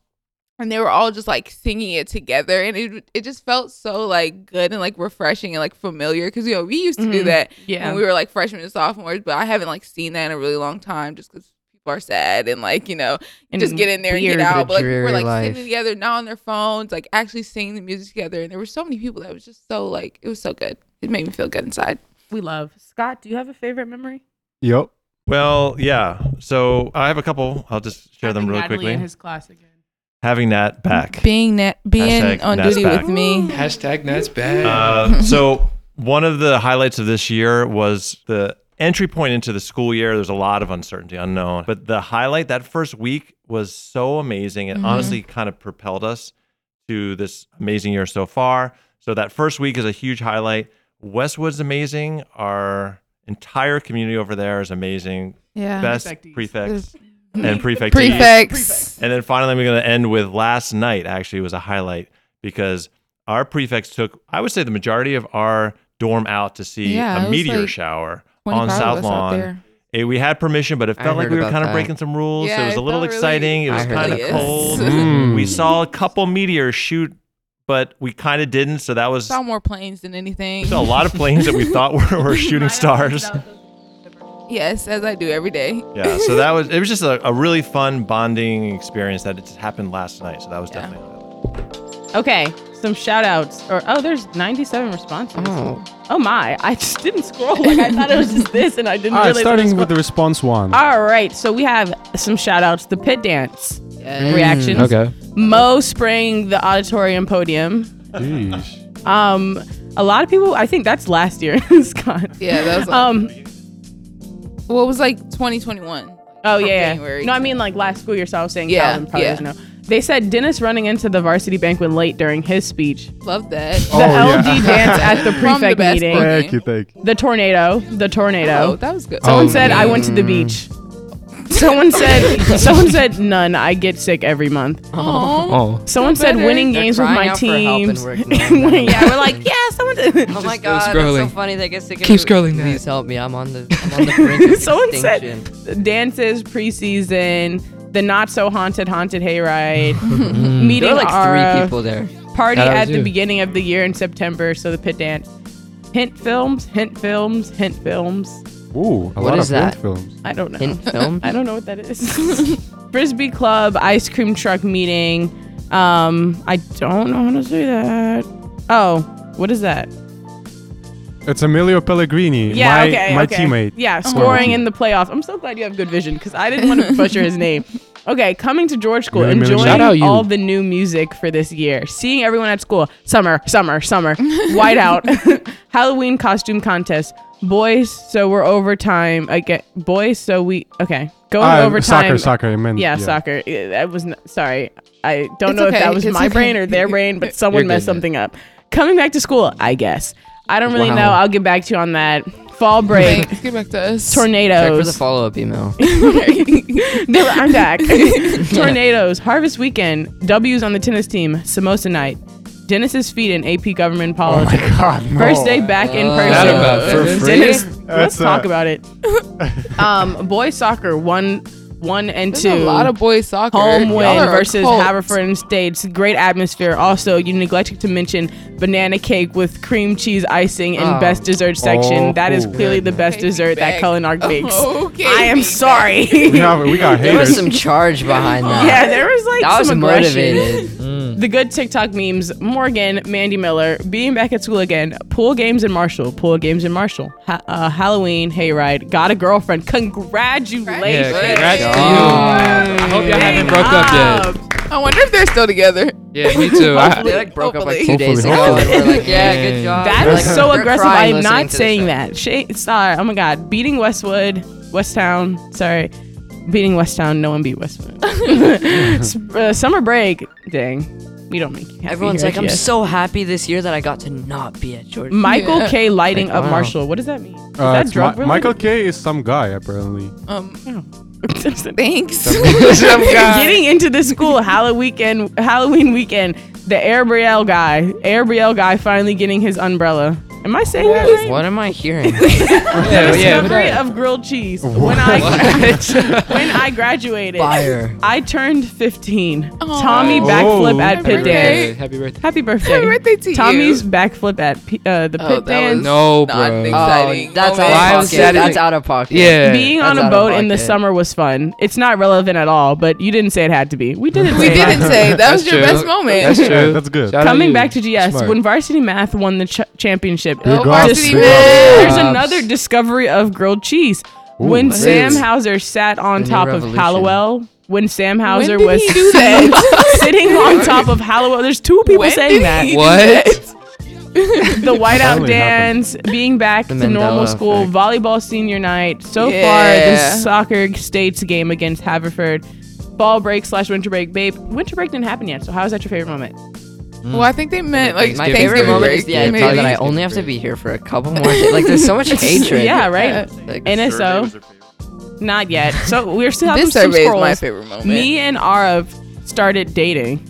[SPEAKER 6] and they were all just like singing it together, and it it just felt so like good and like refreshing and like familiar because you know we used to do
[SPEAKER 1] Mhm.
[SPEAKER 6] that
[SPEAKER 1] Yeah.
[SPEAKER 6] when we were like freshmen and sophomores, but I haven't like seen that in a really long time just because people are sad and like you know
[SPEAKER 1] And
[SPEAKER 6] just get in there and
[SPEAKER 1] weird.
[SPEAKER 6] get out. But like we
[SPEAKER 2] dreary
[SPEAKER 6] were like
[SPEAKER 2] life.
[SPEAKER 6] sitting together, not on their phones, like actually singing the music together, and there were so many people that was just so like it was so good. It made me feel good inside.
[SPEAKER 1] We love Scott. Do you have a favorite memory?
[SPEAKER 3] Yep.
[SPEAKER 5] Well, yeah. So I have a couple. I'll just share them
[SPEAKER 1] Having
[SPEAKER 5] really
[SPEAKER 1] Natalie
[SPEAKER 5] quickly.
[SPEAKER 1] In his class again.
[SPEAKER 5] Having that back.
[SPEAKER 6] Being na- being
[SPEAKER 5] Hashtag
[SPEAKER 6] on
[SPEAKER 5] Nat's
[SPEAKER 6] duty
[SPEAKER 5] back.
[SPEAKER 6] with me.
[SPEAKER 4] Hashtag that's bad.
[SPEAKER 5] Uh, so one of the highlights of this year was the entry point into the school year. There's a lot of uncertainty, unknown, but the highlight that first week was so amazing. It honestly kind of propelled us to this amazing year so far. So that first week is a huge highlight. Westwood's amazing. Our entire community over there is amazing.
[SPEAKER 6] Yeah.
[SPEAKER 5] Best
[SPEAKER 1] Prefectees.
[SPEAKER 5] prefects and prefectees.
[SPEAKER 6] prefects.
[SPEAKER 5] And then finally, we're going to end with last night. Actually, was a highlight because our prefects took, I would say, the majority of our dorm out to see
[SPEAKER 6] Yeah, it
[SPEAKER 5] a
[SPEAKER 6] was
[SPEAKER 5] meteor
[SPEAKER 6] like
[SPEAKER 5] shower
[SPEAKER 6] 25
[SPEAKER 5] on
[SPEAKER 6] of
[SPEAKER 5] South
[SPEAKER 6] us out
[SPEAKER 5] Lawn.
[SPEAKER 6] there.
[SPEAKER 5] Eh, we had permission, but it
[SPEAKER 2] I
[SPEAKER 5] felt like
[SPEAKER 2] heard
[SPEAKER 5] we were
[SPEAKER 2] about
[SPEAKER 5] kind of
[SPEAKER 2] that.
[SPEAKER 5] breaking some rules.
[SPEAKER 6] Yeah,
[SPEAKER 5] it was
[SPEAKER 6] it
[SPEAKER 5] a little
[SPEAKER 6] felt really- Hmm.
[SPEAKER 5] exciting. It
[SPEAKER 2] I
[SPEAKER 5] was
[SPEAKER 2] heard
[SPEAKER 5] kind of
[SPEAKER 2] about that.
[SPEAKER 5] cold.
[SPEAKER 3] Mm.
[SPEAKER 5] We saw a couple meteors shoot, but we kind of didn't. So that was
[SPEAKER 6] Saw more planes than anything.
[SPEAKER 5] we saw a lot of planes that we thought were, were shooting stars.
[SPEAKER 6] Yes, as I do every day.
[SPEAKER 5] Yeah, so that was it was just a, a really fun bonding experience that it just happened last night. So that was
[SPEAKER 6] Yeah.
[SPEAKER 5] definitely a highlight.
[SPEAKER 1] Okay, some shout outs. Or oh, there's 97 responses.
[SPEAKER 2] Oh.
[SPEAKER 1] Oh my, I just didn't scroll. Like I thought it was just this and I didn't
[SPEAKER 3] All right,
[SPEAKER 1] realize.
[SPEAKER 3] starting with the response one.
[SPEAKER 1] All right, so we have some shout outs. The pit dance
[SPEAKER 6] Mm,
[SPEAKER 1] reactions.
[SPEAKER 4] okay.
[SPEAKER 1] Mo spraying the auditorium podium.
[SPEAKER 3] Jeez.
[SPEAKER 1] Um, a lot of people. I think that's last year, Scott.
[SPEAKER 6] Yeah, that was like,
[SPEAKER 1] Um.
[SPEAKER 6] well, it was like 2021.
[SPEAKER 1] Oh yeah.
[SPEAKER 6] January.
[SPEAKER 1] No, I mean like last school year. So I was saying.
[SPEAKER 6] Yeah,
[SPEAKER 1] Calvin probably
[SPEAKER 6] yeah.
[SPEAKER 1] doesn't know. They said Dennis running into the varsity banquet late during his speech.
[SPEAKER 6] Love that.
[SPEAKER 4] Oh,
[SPEAKER 1] The LD dance at the
[SPEAKER 6] From the
[SPEAKER 1] prefect
[SPEAKER 6] best
[SPEAKER 1] meeting.
[SPEAKER 6] book.
[SPEAKER 3] Thank you, thank you.
[SPEAKER 1] The tornado. The tornado.
[SPEAKER 6] Oh, that was good.
[SPEAKER 1] Someone
[SPEAKER 4] Oh,
[SPEAKER 1] said I
[SPEAKER 4] yeah.
[SPEAKER 1] went to the beach. Someone said someone said none. I get sick every month.
[SPEAKER 6] Aw.
[SPEAKER 4] Oh.
[SPEAKER 1] Someone
[SPEAKER 6] Feel
[SPEAKER 1] said
[SPEAKER 6] better.
[SPEAKER 1] winning
[SPEAKER 2] They're
[SPEAKER 1] games with
[SPEAKER 2] crying
[SPEAKER 1] my
[SPEAKER 2] out for help and
[SPEAKER 1] teams.
[SPEAKER 2] we're ignoring them.
[SPEAKER 1] yeah, we're like, yeah, someone did.
[SPEAKER 2] Oh my
[SPEAKER 4] Just go
[SPEAKER 2] god, that's so
[SPEAKER 4] scrolling.
[SPEAKER 2] funny. They guess they can
[SPEAKER 4] Keep scrolling that.
[SPEAKER 2] Please help me. I'm on the I'm on the brink of
[SPEAKER 1] Someone said-
[SPEAKER 2] extinction.
[SPEAKER 1] Dances preseason, the not so haunted haunted hayride, meeting
[SPEAKER 2] There were like three
[SPEAKER 1] our
[SPEAKER 2] people there.
[SPEAKER 1] party
[SPEAKER 4] Mm. Yeah, that
[SPEAKER 1] at
[SPEAKER 4] was
[SPEAKER 1] the
[SPEAKER 4] you.
[SPEAKER 1] beginning of the year in September. So the pit dance, hint films, hint films, hint films.
[SPEAKER 3] Ooh, a
[SPEAKER 2] What
[SPEAKER 3] lot
[SPEAKER 2] is
[SPEAKER 3] of
[SPEAKER 2] that?
[SPEAKER 3] old films.
[SPEAKER 1] I don't know.
[SPEAKER 2] In film.
[SPEAKER 1] I don't know what that is. Frisbee club, ice cream truck meeting. Um, I don't know how to say that. Oh, what is that?
[SPEAKER 3] It's Emilio Pellegrini,
[SPEAKER 1] Yeah,
[SPEAKER 3] my,
[SPEAKER 1] okay,
[SPEAKER 3] my
[SPEAKER 1] okay.
[SPEAKER 3] teammate.
[SPEAKER 1] Yeah, scoring
[SPEAKER 3] team.
[SPEAKER 1] in the playoffs. I'm so glad you have good vision because I didn't want to butcher his name. Okay, coming to George School,
[SPEAKER 3] Really, really
[SPEAKER 1] enjoying
[SPEAKER 4] Shout out you.
[SPEAKER 1] all the new music for this year, seeing everyone at school. Summer, summer, summer. Whiteout, Halloween costume contest. Boys, so we're overtime again. Boys, so we okay going
[SPEAKER 3] Uh,
[SPEAKER 1] overtime.
[SPEAKER 3] Soccer, soccer, I meant.
[SPEAKER 1] Yeah, soccer. Eh, That was not, sorry. I don't
[SPEAKER 6] It's
[SPEAKER 1] know if
[SPEAKER 6] okay,
[SPEAKER 1] that was
[SPEAKER 6] it's
[SPEAKER 1] my
[SPEAKER 6] okay.
[SPEAKER 1] brain or their brain, but someone
[SPEAKER 4] You're
[SPEAKER 1] messed
[SPEAKER 4] good, man.
[SPEAKER 1] something up. Coming back to school, I guess. I don't really
[SPEAKER 4] Wow.
[SPEAKER 1] know. I'll get back to you on that. Fall break
[SPEAKER 6] Thanks. Get back to us.
[SPEAKER 2] Check for the
[SPEAKER 1] tornadoes.
[SPEAKER 2] follow up email.
[SPEAKER 1] They were- I'm back. tornadoes, harvest weekend, W's on the tennis team, samosa night, Dennis's feet in AP government
[SPEAKER 3] Oh my
[SPEAKER 1] politics.
[SPEAKER 3] god. No.
[SPEAKER 1] First day back in
[SPEAKER 2] Oh.
[SPEAKER 1] person.
[SPEAKER 4] Uh, That about for free?
[SPEAKER 1] Dennis, let's
[SPEAKER 3] That's, uh,
[SPEAKER 1] talk about it. um, boys soccer won one and
[SPEAKER 6] There's
[SPEAKER 1] two.
[SPEAKER 6] a lot of boys soccer.
[SPEAKER 1] Home
[SPEAKER 6] Y'all
[SPEAKER 1] win
[SPEAKER 6] are a
[SPEAKER 1] versus
[SPEAKER 6] cult.
[SPEAKER 1] Haverford and States. Great atmosphere. Also, you neglected to mention banana cake with cream cheese icing in
[SPEAKER 2] Oh.
[SPEAKER 1] best dessert section.
[SPEAKER 3] Oh,
[SPEAKER 1] that is
[SPEAKER 3] cool.
[SPEAKER 1] clearly the best
[SPEAKER 6] Okay,
[SPEAKER 1] dessert that
[SPEAKER 6] feedback.
[SPEAKER 1] Cullen Arc makes.
[SPEAKER 6] Okay,
[SPEAKER 1] I am
[SPEAKER 6] feedback.
[SPEAKER 1] sorry.
[SPEAKER 3] we have we got
[SPEAKER 2] There was
[SPEAKER 3] haters.
[SPEAKER 2] some charge behind that.
[SPEAKER 1] yeah, there was like
[SPEAKER 2] that was
[SPEAKER 1] some aggression.
[SPEAKER 2] motivated.
[SPEAKER 1] The good TikTok memes: Morgan, Mandy Miller, being back at school again, pool games in Marshall, pool games in Marshall, ha- uh, Halloween hayride, got a girlfriend. Congratulations!
[SPEAKER 4] Yeah, congrats to you.
[SPEAKER 2] God.
[SPEAKER 4] I hope y'all haven't broke up
[SPEAKER 1] Up.
[SPEAKER 6] yet. I wonder if they're still together.
[SPEAKER 4] yet. Yeah, me too.
[SPEAKER 2] They
[SPEAKER 4] I,
[SPEAKER 2] like broke up like
[SPEAKER 6] Hopefully.
[SPEAKER 2] two days ago.
[SPEAKER 3] Hopefully,
[SPEAKER 2] and we're like, yeah, good job.
[SPEAKER 1] That
[SPEAKER 2] We're
[SPEAKER 1] is
[SPEAKER 2] like,
[SPEAKER 1] so
[SPEAKER 2] we're
[SPEAKER 1] aggressive. I
[SPEAKER 2] crying
[SPEAKER 1] am
[SPEAKER 2] listening
[SPEAKER 1] not
[SPEAKER 2] to the
[SPEAKER 1] saying
[SPEAKER 2] show.
[SPEAKER 1] that. Shade, sorry. Oh my God. Beating Westwood, Westtown. Sorry. Beating Westtown. No one beat Westwood. S- uh, summer break. Dang. We don't make you happy.
[SPEAKER 2] Everyone's
[SPEAKER 1] here
[SPEAKER 2] like,
[SPEAKER 1] at
[SPEAKER 2] I'm
[SPEAKER 1] GS.
[SPEAKER 2] so happy this year that I got to not be at Georgia.
[SPEAKER 1] Michael
[SPEAKER 6] Yeah.
[SPEAKER 1] K. Lighting
[SPEAKER 2] Like,
[SPEAKER 1] up
[SPEAKER 2] wow.
[SPEAKER 1] Marshall. What does that mean? Is
[SPEAKER 3] Uh,
[SPEAKER 1] that
[SPEAKER 3] it's Mi-
[SPEAKER 1] drug
[SPEAKER 3] Michael
[SPEAKER 1] related?
[SPEAKER 3] K is some guy apparently.
[SPEAKER 6] Um,
[SPEAKER 1] Michael.
[SPEAKER 6] thanks.
[SPEAKER 2] Oh
[SPEAKER 1] Getting into the school Halloween weekend, Halloween weekend, the Airbriel guy, Airbriel guy finally getting his umbrella. Am I saying that right?
[SPEAKER 2] What am I hearing? Oh,
[SPEAKER 4] yeah, yeah,
[SPEAKER 1] discovery of grilled cheese. When I when I graduated,
[SPEAKER 2] Fire.
[SPEAKER 1] I turned 15.
[SPEAKER 6] Aw.
[SPEAKER 1] Tommy
[SPEAKER 6] Oh.
[SPEAKER 1] backflip at
[SPEAKER 6] Happy
[SPEAKER 1] pit
[SPEAKER 6] birthday.
[SPEAKER 1] dance.
[SPEAKER 4] yeah. Happy birthday.
[SPEAKER 1] Happy birthday!
[SPEAKER 6] Happy birthday to you.
[SPEAKER 1] Tommy's backflip at p- uh, the
[SPEAKER 6] Oh, that
[SPEAKER 1] pit dance.
[SPEAKER 6] was
[SPEAKER 4] No,
[SPEAKER 6] not
[SPEAKER 4] bro.
[SPEAKER 6] an
[SPEAKER 4] Oh,
[SPEAKER 6] exciting
[SPEAKER 2] that's
[SPEAKER 6] moment.
[SPEAKER 4] Why
[SPEAKER 2] out of
[SPEAKER 4] was
[SPEAKER 2] pocket.
[SPEAKER 4] that-
[SPEAKER 2] That's out of pocket.
[SPEAKER 4] Yeah.
[SPEAKER 1] Being on
[SPEAKER 2] That's
[SPEAKER 1] a
[SPEAKER 2] out of
[SPEAKER 1] boat in the
[SPEAKER 2] pocket.
[SPEAKER 1] summer was fun. It's not relevant at all, but you didn't say it had to be. We didn't.
[SPEAKER 6] We
[SPEAKER 1] say it had to
[SPEAKER 6] didn't say that was
[SPEAKER 4] That's
[SPEAKER 6] your
[SPEAKER 4] true.
[SPEAKER 6] best moment.
[SPEAKER 4] That's
[SPEAKER 3] Yeah,
[SPEAKER 4] true.
[SPEAKER 3] that's good.
[SPEAKER 4] Shout out
[SPEAKER 1] Coming
[SPEAKER 4] you.
[SPEAKER 1] back to GS,
[SPEAKER 4] Smart.
[SPEAKER 1] when Varsity Math won the ch- championship,
[SPEAKER 3] Big
[SPEAKER 6] Oh,
[SPEAKER 3] ups,
[SPEAKER 6] varsity
[SPEAKER 3] big
[SPEAKER 6] man.
[SPEAKER 1] there's
[SPEAKER 4] Jobs.
[SPEAKER 1] another discovery of grilled cheese. when
[SPEAKER 4] what
[SPEAKER 1] Sam
[SPEAKER 4] is-
[SPEAKER 1] Hauser sat on
[SPEAKER 2] The new
[SPEAKER 1] top of
[SPEAKER 2] revolution.
[SPEAKER 1] Hallowell, when Sam
[SPEAKER 6] When
[SPEAKER 1] Hauser
[SPEAKER 6] did
[SPEAKER 1] was
[SPEAKER 6] he do that?
[SPEAKER 1] sitting on top of Hallowell, there's two people
[SPEAKER 6] When
[SPEAKER 1] saying
[SPEAKER 6] did
[SPEAKER 1] that.
[SPEAKER 6] he do
[SPEAKER 4] What?
[SPEAKER 1] The whiteout
[SPEAKER 3] Finally happened.
[SPEAKER 1] dance, being back
[SPEAKER 2] The
[SPEAKER 1] to normal
[SPEAKER 2] Mandela
[SPEAKER 1] school,
[SPEAKER 2] effect.
[SPEAKER 1] volleyball senior night. So
[SPEAKER 6] Yeah.
[SPEAKER 1] far, the soccer states game against Haverford. Fall break slash winter break, babe. Winter break didn't happen yet, so how is that your favorite moment?
[SPEAKER 6] Well, I think they meant like
[SPEAKER 2] Mm. my
[SPEAKER 4] Thanksgiving
[SPEAKER 2] favorite moment
[SPEAKER 4] break.
[SPEAKER 2] is the idea
[SPEAKER 4] Maybe.
[SPEAKER 2] that I only have to be here for a couple more days. Like, there's so much hatred.
[SPEAKER 1] Yeah,
[SPEAKER 6] Uh,
[SPEAKER 1] right.
[SPEAKER 2] Like,
[SPEAKER 1] NSO. Not yet. So we're still having
[SPEAKER 6] This
[SPEAKER 1] some
[SPEAKER 6] survey is
[SPEAKER 1] scrolls.
[SPEAKER 6] my favorite moment.
[SPEAKER 1] Me and Arav started dating.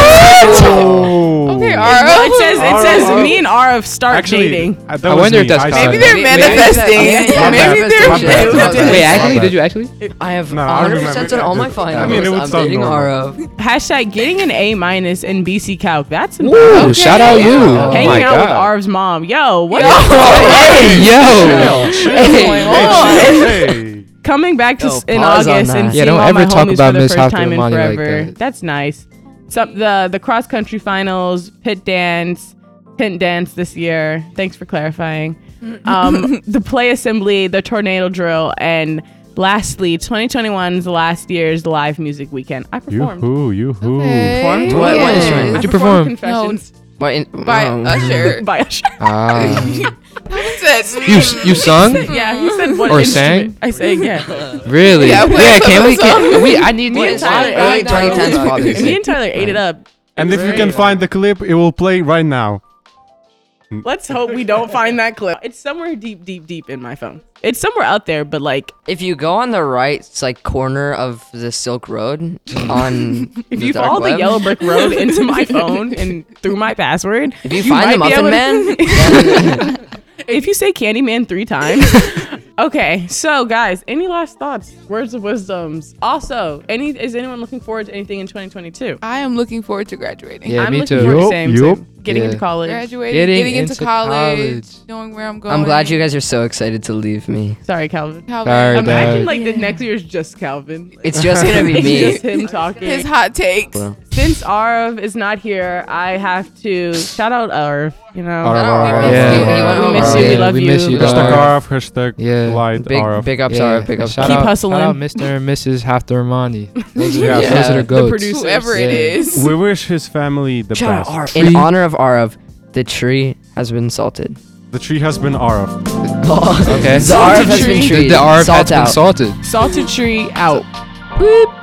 [SPEAKER 4] What?
[SPEAKER 3] Oh.
[SPEAKER 6] Okay,
[SPEAKER 1] Well,
[SPEAKER 6] Arlo.
[SPEAKER 1] it says it says
[SPEAKER 3] Arav.
[SPEAKER 1] me and Arav start
[SPEAKER 3] Actually,
[SPEAKER 1] dating.
[SPEAKER 3] uh, that
[SPEAKER 4] I
[SPEAKER 3] was
[SPEAKER 4] wonder if
[SPEAKER 3] me.
[SPEAKER 4] that's
[SPEAKER 3] I
[SPEAKER 4] Kyle.
[SPEAKER 3] said
[SPEAKER 6] Maybe
[SPEAKER 3] that.
[SPEAKER 6] they're
[SPEAKER 2] Wait, wait,
[SPEAKER 6] manifesting.
[SPEAKER 2] wait,
[SPEAKER 3] wait,
[SPEAKER 6] Maybe
[SPEAKER 3] wait, wait,
[SPEAKER 6] they're.
[SPEAKER 3] wait,
[SPEAKER 2] wait, wait.
[SPEAKER 4] Wait,
[SPEAKER 2] Yeah.
[SPEAKER 4] actually, did you actually?
[SPEAKER 2] I have
[SPEAKER 3] No, I don't
[SPEAKER 2] 100% on
[SPEAKER 3] remember
[SPEAKER 2] all my
[SPEAKER 3] that.
[SPEAKER 2] phone.
[SPEAKER 3] I mean, it would
[SPEAKER 2] I'm
[SPEAKER 3] sound
[SPEAKER 2] dating
[SPEAKER 3] normal.
[SPEAKER 2] RO.
[SPEAKER 1] Hashtag getting an A minus in BC Calc. That's
[SPEAKER 4] Ooh,
[SPEAKER 1] impressive.
[SPEAKER 4] shout out you. Oh
[SPEAKER 1] Hanging
[SPEAKER 4] my
[SPEAKER 1] out with
[SPEAKER 4] God.
[SPEAKER 1] Arv's mom. Yo, what is
[SPEAKER 4] Hey, yo.
[SPEAKER 6] Hey,
[SPEAKER 3] Hey, hey.
[SPEAKER 1] coming back to
[SPEAKER 2] Yo,
[SPEAKER 1] s in
[SPEAKER 2] pause on
[SPEAKER 1] August and
[SPEAKER 2] that.
[SPEAKER 1] seeing
[SPEAKER 4] Yeah, don't
[SPEAKER 1] all my
[SPEAKER 4] ever talk
[SPEAKER 1] homies
[SPEAKER 4] about
[SPEAKER 1] for the
[SPEAKER 4] Miss
[SPEAKER 1] first
[SPEAKER 4] Hopper
[SPEAKER 1] time in
[SPEAKER 4] Amani like
[SPEAKER 1] forever.
[SPEAKER 4] that.
[SPEAKER 1] That's nice. Some the the cross country finals, pit dance, tent dance this year. Thanks for clarifying. Um, the play assembly, the tornado drill, and lastly, 2021's last year's live music weekend. I performed.
[SPEAKER 3] Yoo-hoo, yoo-hoo.
[SPEAKER 2] Performed what
[SPEAKER 6] Yes.
[SPEAKER 2] instrument?
[SPEAKER 1] I
[SPEAKER 4] What'd you
[SPEAKER 1] performed
[SPEAKER 4] perform?
[SPEAKER 1] Confessions
[SPEAKER 2] Why in-
[SPEAKER 6] By
[SPEAKER 2] wow.
[SPEAKER 6] Usher.
[SPEAKER 1] by Usher.
[SPEAKER 4] Ah.
[SPEAKER 6] He said,
[SPEAKER 4] You you sung?
[SPEAKER 1] yeah, he said what
[SPEAKER 4] Or
[SPEAKER 1] instrument?
[SPEAKER 4] sang?
[SPEAKER 1] I sang.
[SPEAKER 2] Oh,
[SPEAKER 1] Yeah.
[SPEAKER 4] Really?
[SPEAKER 6] Yeah,
[SPEAKER 4] Yeah,
[SPEAKER 6] play some
[SPEAKER 4] can
[SPEAKER 6] of
[SPEAKER 4] we
[SPEAKER 6] the
[SPEAKER 4] can we I need
[SPEAKER 1] Me
[SPEAKER 4] me
[SPEAKER 1] and Tyler,
[SPEAKER 2] Early
[SPEAKER 1] I know.
[SPEAKER 2] 2010s pop
[SPEAKER 1] me
[SPEAKER 2] music.
[SPEAKER 1] and Tyler ate it up.
[SPEAKER 3] And if you can find the clip, it will play right now.
[SPEAKER 1] Let's hope we don't find that clip. It's somewhere deep, deep, deep in my phone. It's somewhere out there, but like
[SPEAKER 2] If you go on the right like corner of the Silk Road on
[SPEAKER 1] if
[SPEAKER 2] the
[SPEAKER 1] you
[SPEAKER 2] dark
[SPEAKER 1] follow the
[SPEAKER 2] web,
[SPEAKER 1] yellow brick road into my phone and through my password,
[SPEAKER 2] if you find the
[SPEAKER 1] might be
[SPEAKER 2] Muffin
[SPEAKER 1] able to-
[SPEAKER 2] Man,
[SPEAKER 1] if you say Candyman three times. okay, so guys, any last thoughts, words of wisdoms? Also, any is anyone looking forward to anything in 2022?
[SPEAKER 6] I am looking forward to graduating.
[SPEAKER 4] Yeah,
[SPEAKER 1] I'm
[SPEAKER 4] me
[SPEAKER 1] looking
[SPEAKER 4] too.
[SPEAKER 1] forward to
[SPEAKER 3] Yup,
[SPEAKER 1] same, same.
[SPEAKER 3] yup.
[SPEAKER 1] getting
[SPEAKER 4] Yeah.
[SPEAKER 1] into college.
[SPEAKER 6] Graduating,
[SPEAKER 4] Getting
[SPEAKER 6] getting, into,
[SPEAKER 4] into
[SPEAKER 6] college,
[SPEAKER 4] college.
[SPEAKER 6] knowing where I'm going.
[SPEAKER 2] I'm glad you guys are so excited to leave me.
[SPEAKER 1] Sorry, Calvin.
[SPEAKER 4] Sorry,
[SPEAKER 6] Calvin.
[SPEAKER 4] Um, dog.
[SPEAKER 1] Imagine like the next year is just Calvin.
[SPEAKER 2] It's just gonna be
[SPEAKER 1] It's
[SPEAKER 2] me.
[SPEAKER 1] just him talking.
[SPEAKER 6] His hot takes.
[SPEAKER 2] Well,
[SPEAKER 1] Since Arv is not here, I have to shout out Arv. You know,
[SPEAKER 3] Arv, Arv,
[SPEAKER 2] Arv.
[SPEAKER 4] Yeah.
[SPEAKER 2] Yeah.
[SPEAKER 1] we miss you. We
[SPEAKER 2] Yeah,
[SPEAKER 1] love
[SPEAKER 4] we
[SPEAKER 1] you.
[SPEAKER 4] miss you, dog.
[SPEAKER 3] Hashtag RF,
[SPEAKER 4] Arf.
[SPEAKER 3] hashtag
[SPEAKER 4] Yeah.
[SPEAKER 3] light
[SPEAKER 2] big
[SPEAKER 3] RF.
[SPEAKER 2] big ups are big ups.
[SPEAKER 4] shout
[SPEAKER 1] Keep
[SPEAKER 4] out,
[SPEAKER 1] hustling.
[SPEAKER 4] Shout out Mr. and Mrs. Haftarmani. Those are,
[SPEAKER 3] Yeah,
[SPEAKER 4] yeah, those are
[SPEAKER 2] the
[SPEAKER 4] the goats.
[SPEAKER 1] producer.
[SPEAKER 6] Whoever it
[SPEAKER 4] Yeah.
[SPEAKER 6] is.
[SPEAKER 3] We wish his family the
[SPEAKER 2] Shout out
[SPEAKER 3] best.
[SPEAKER 2] Arav. In honor of Arav, the tree has been salted.
[SPEAKER 3] The tree has been RF.
[SPEAKER 2] okay. The
[SPEAKER 4] Salted
[SPEAKER 2] Arav has been
[SPEAKER 4] The,
[SPEAKER 2] treed.
[SPEAKER 4] the RF
[SPEAKER 2] Salt
[SPEAKER 4] has been
[SPEAKER 2] out.
[SPEAKER 4] salted.
[SPEAKER 1] Salted tree out.
[SPEAKER 2] Boop.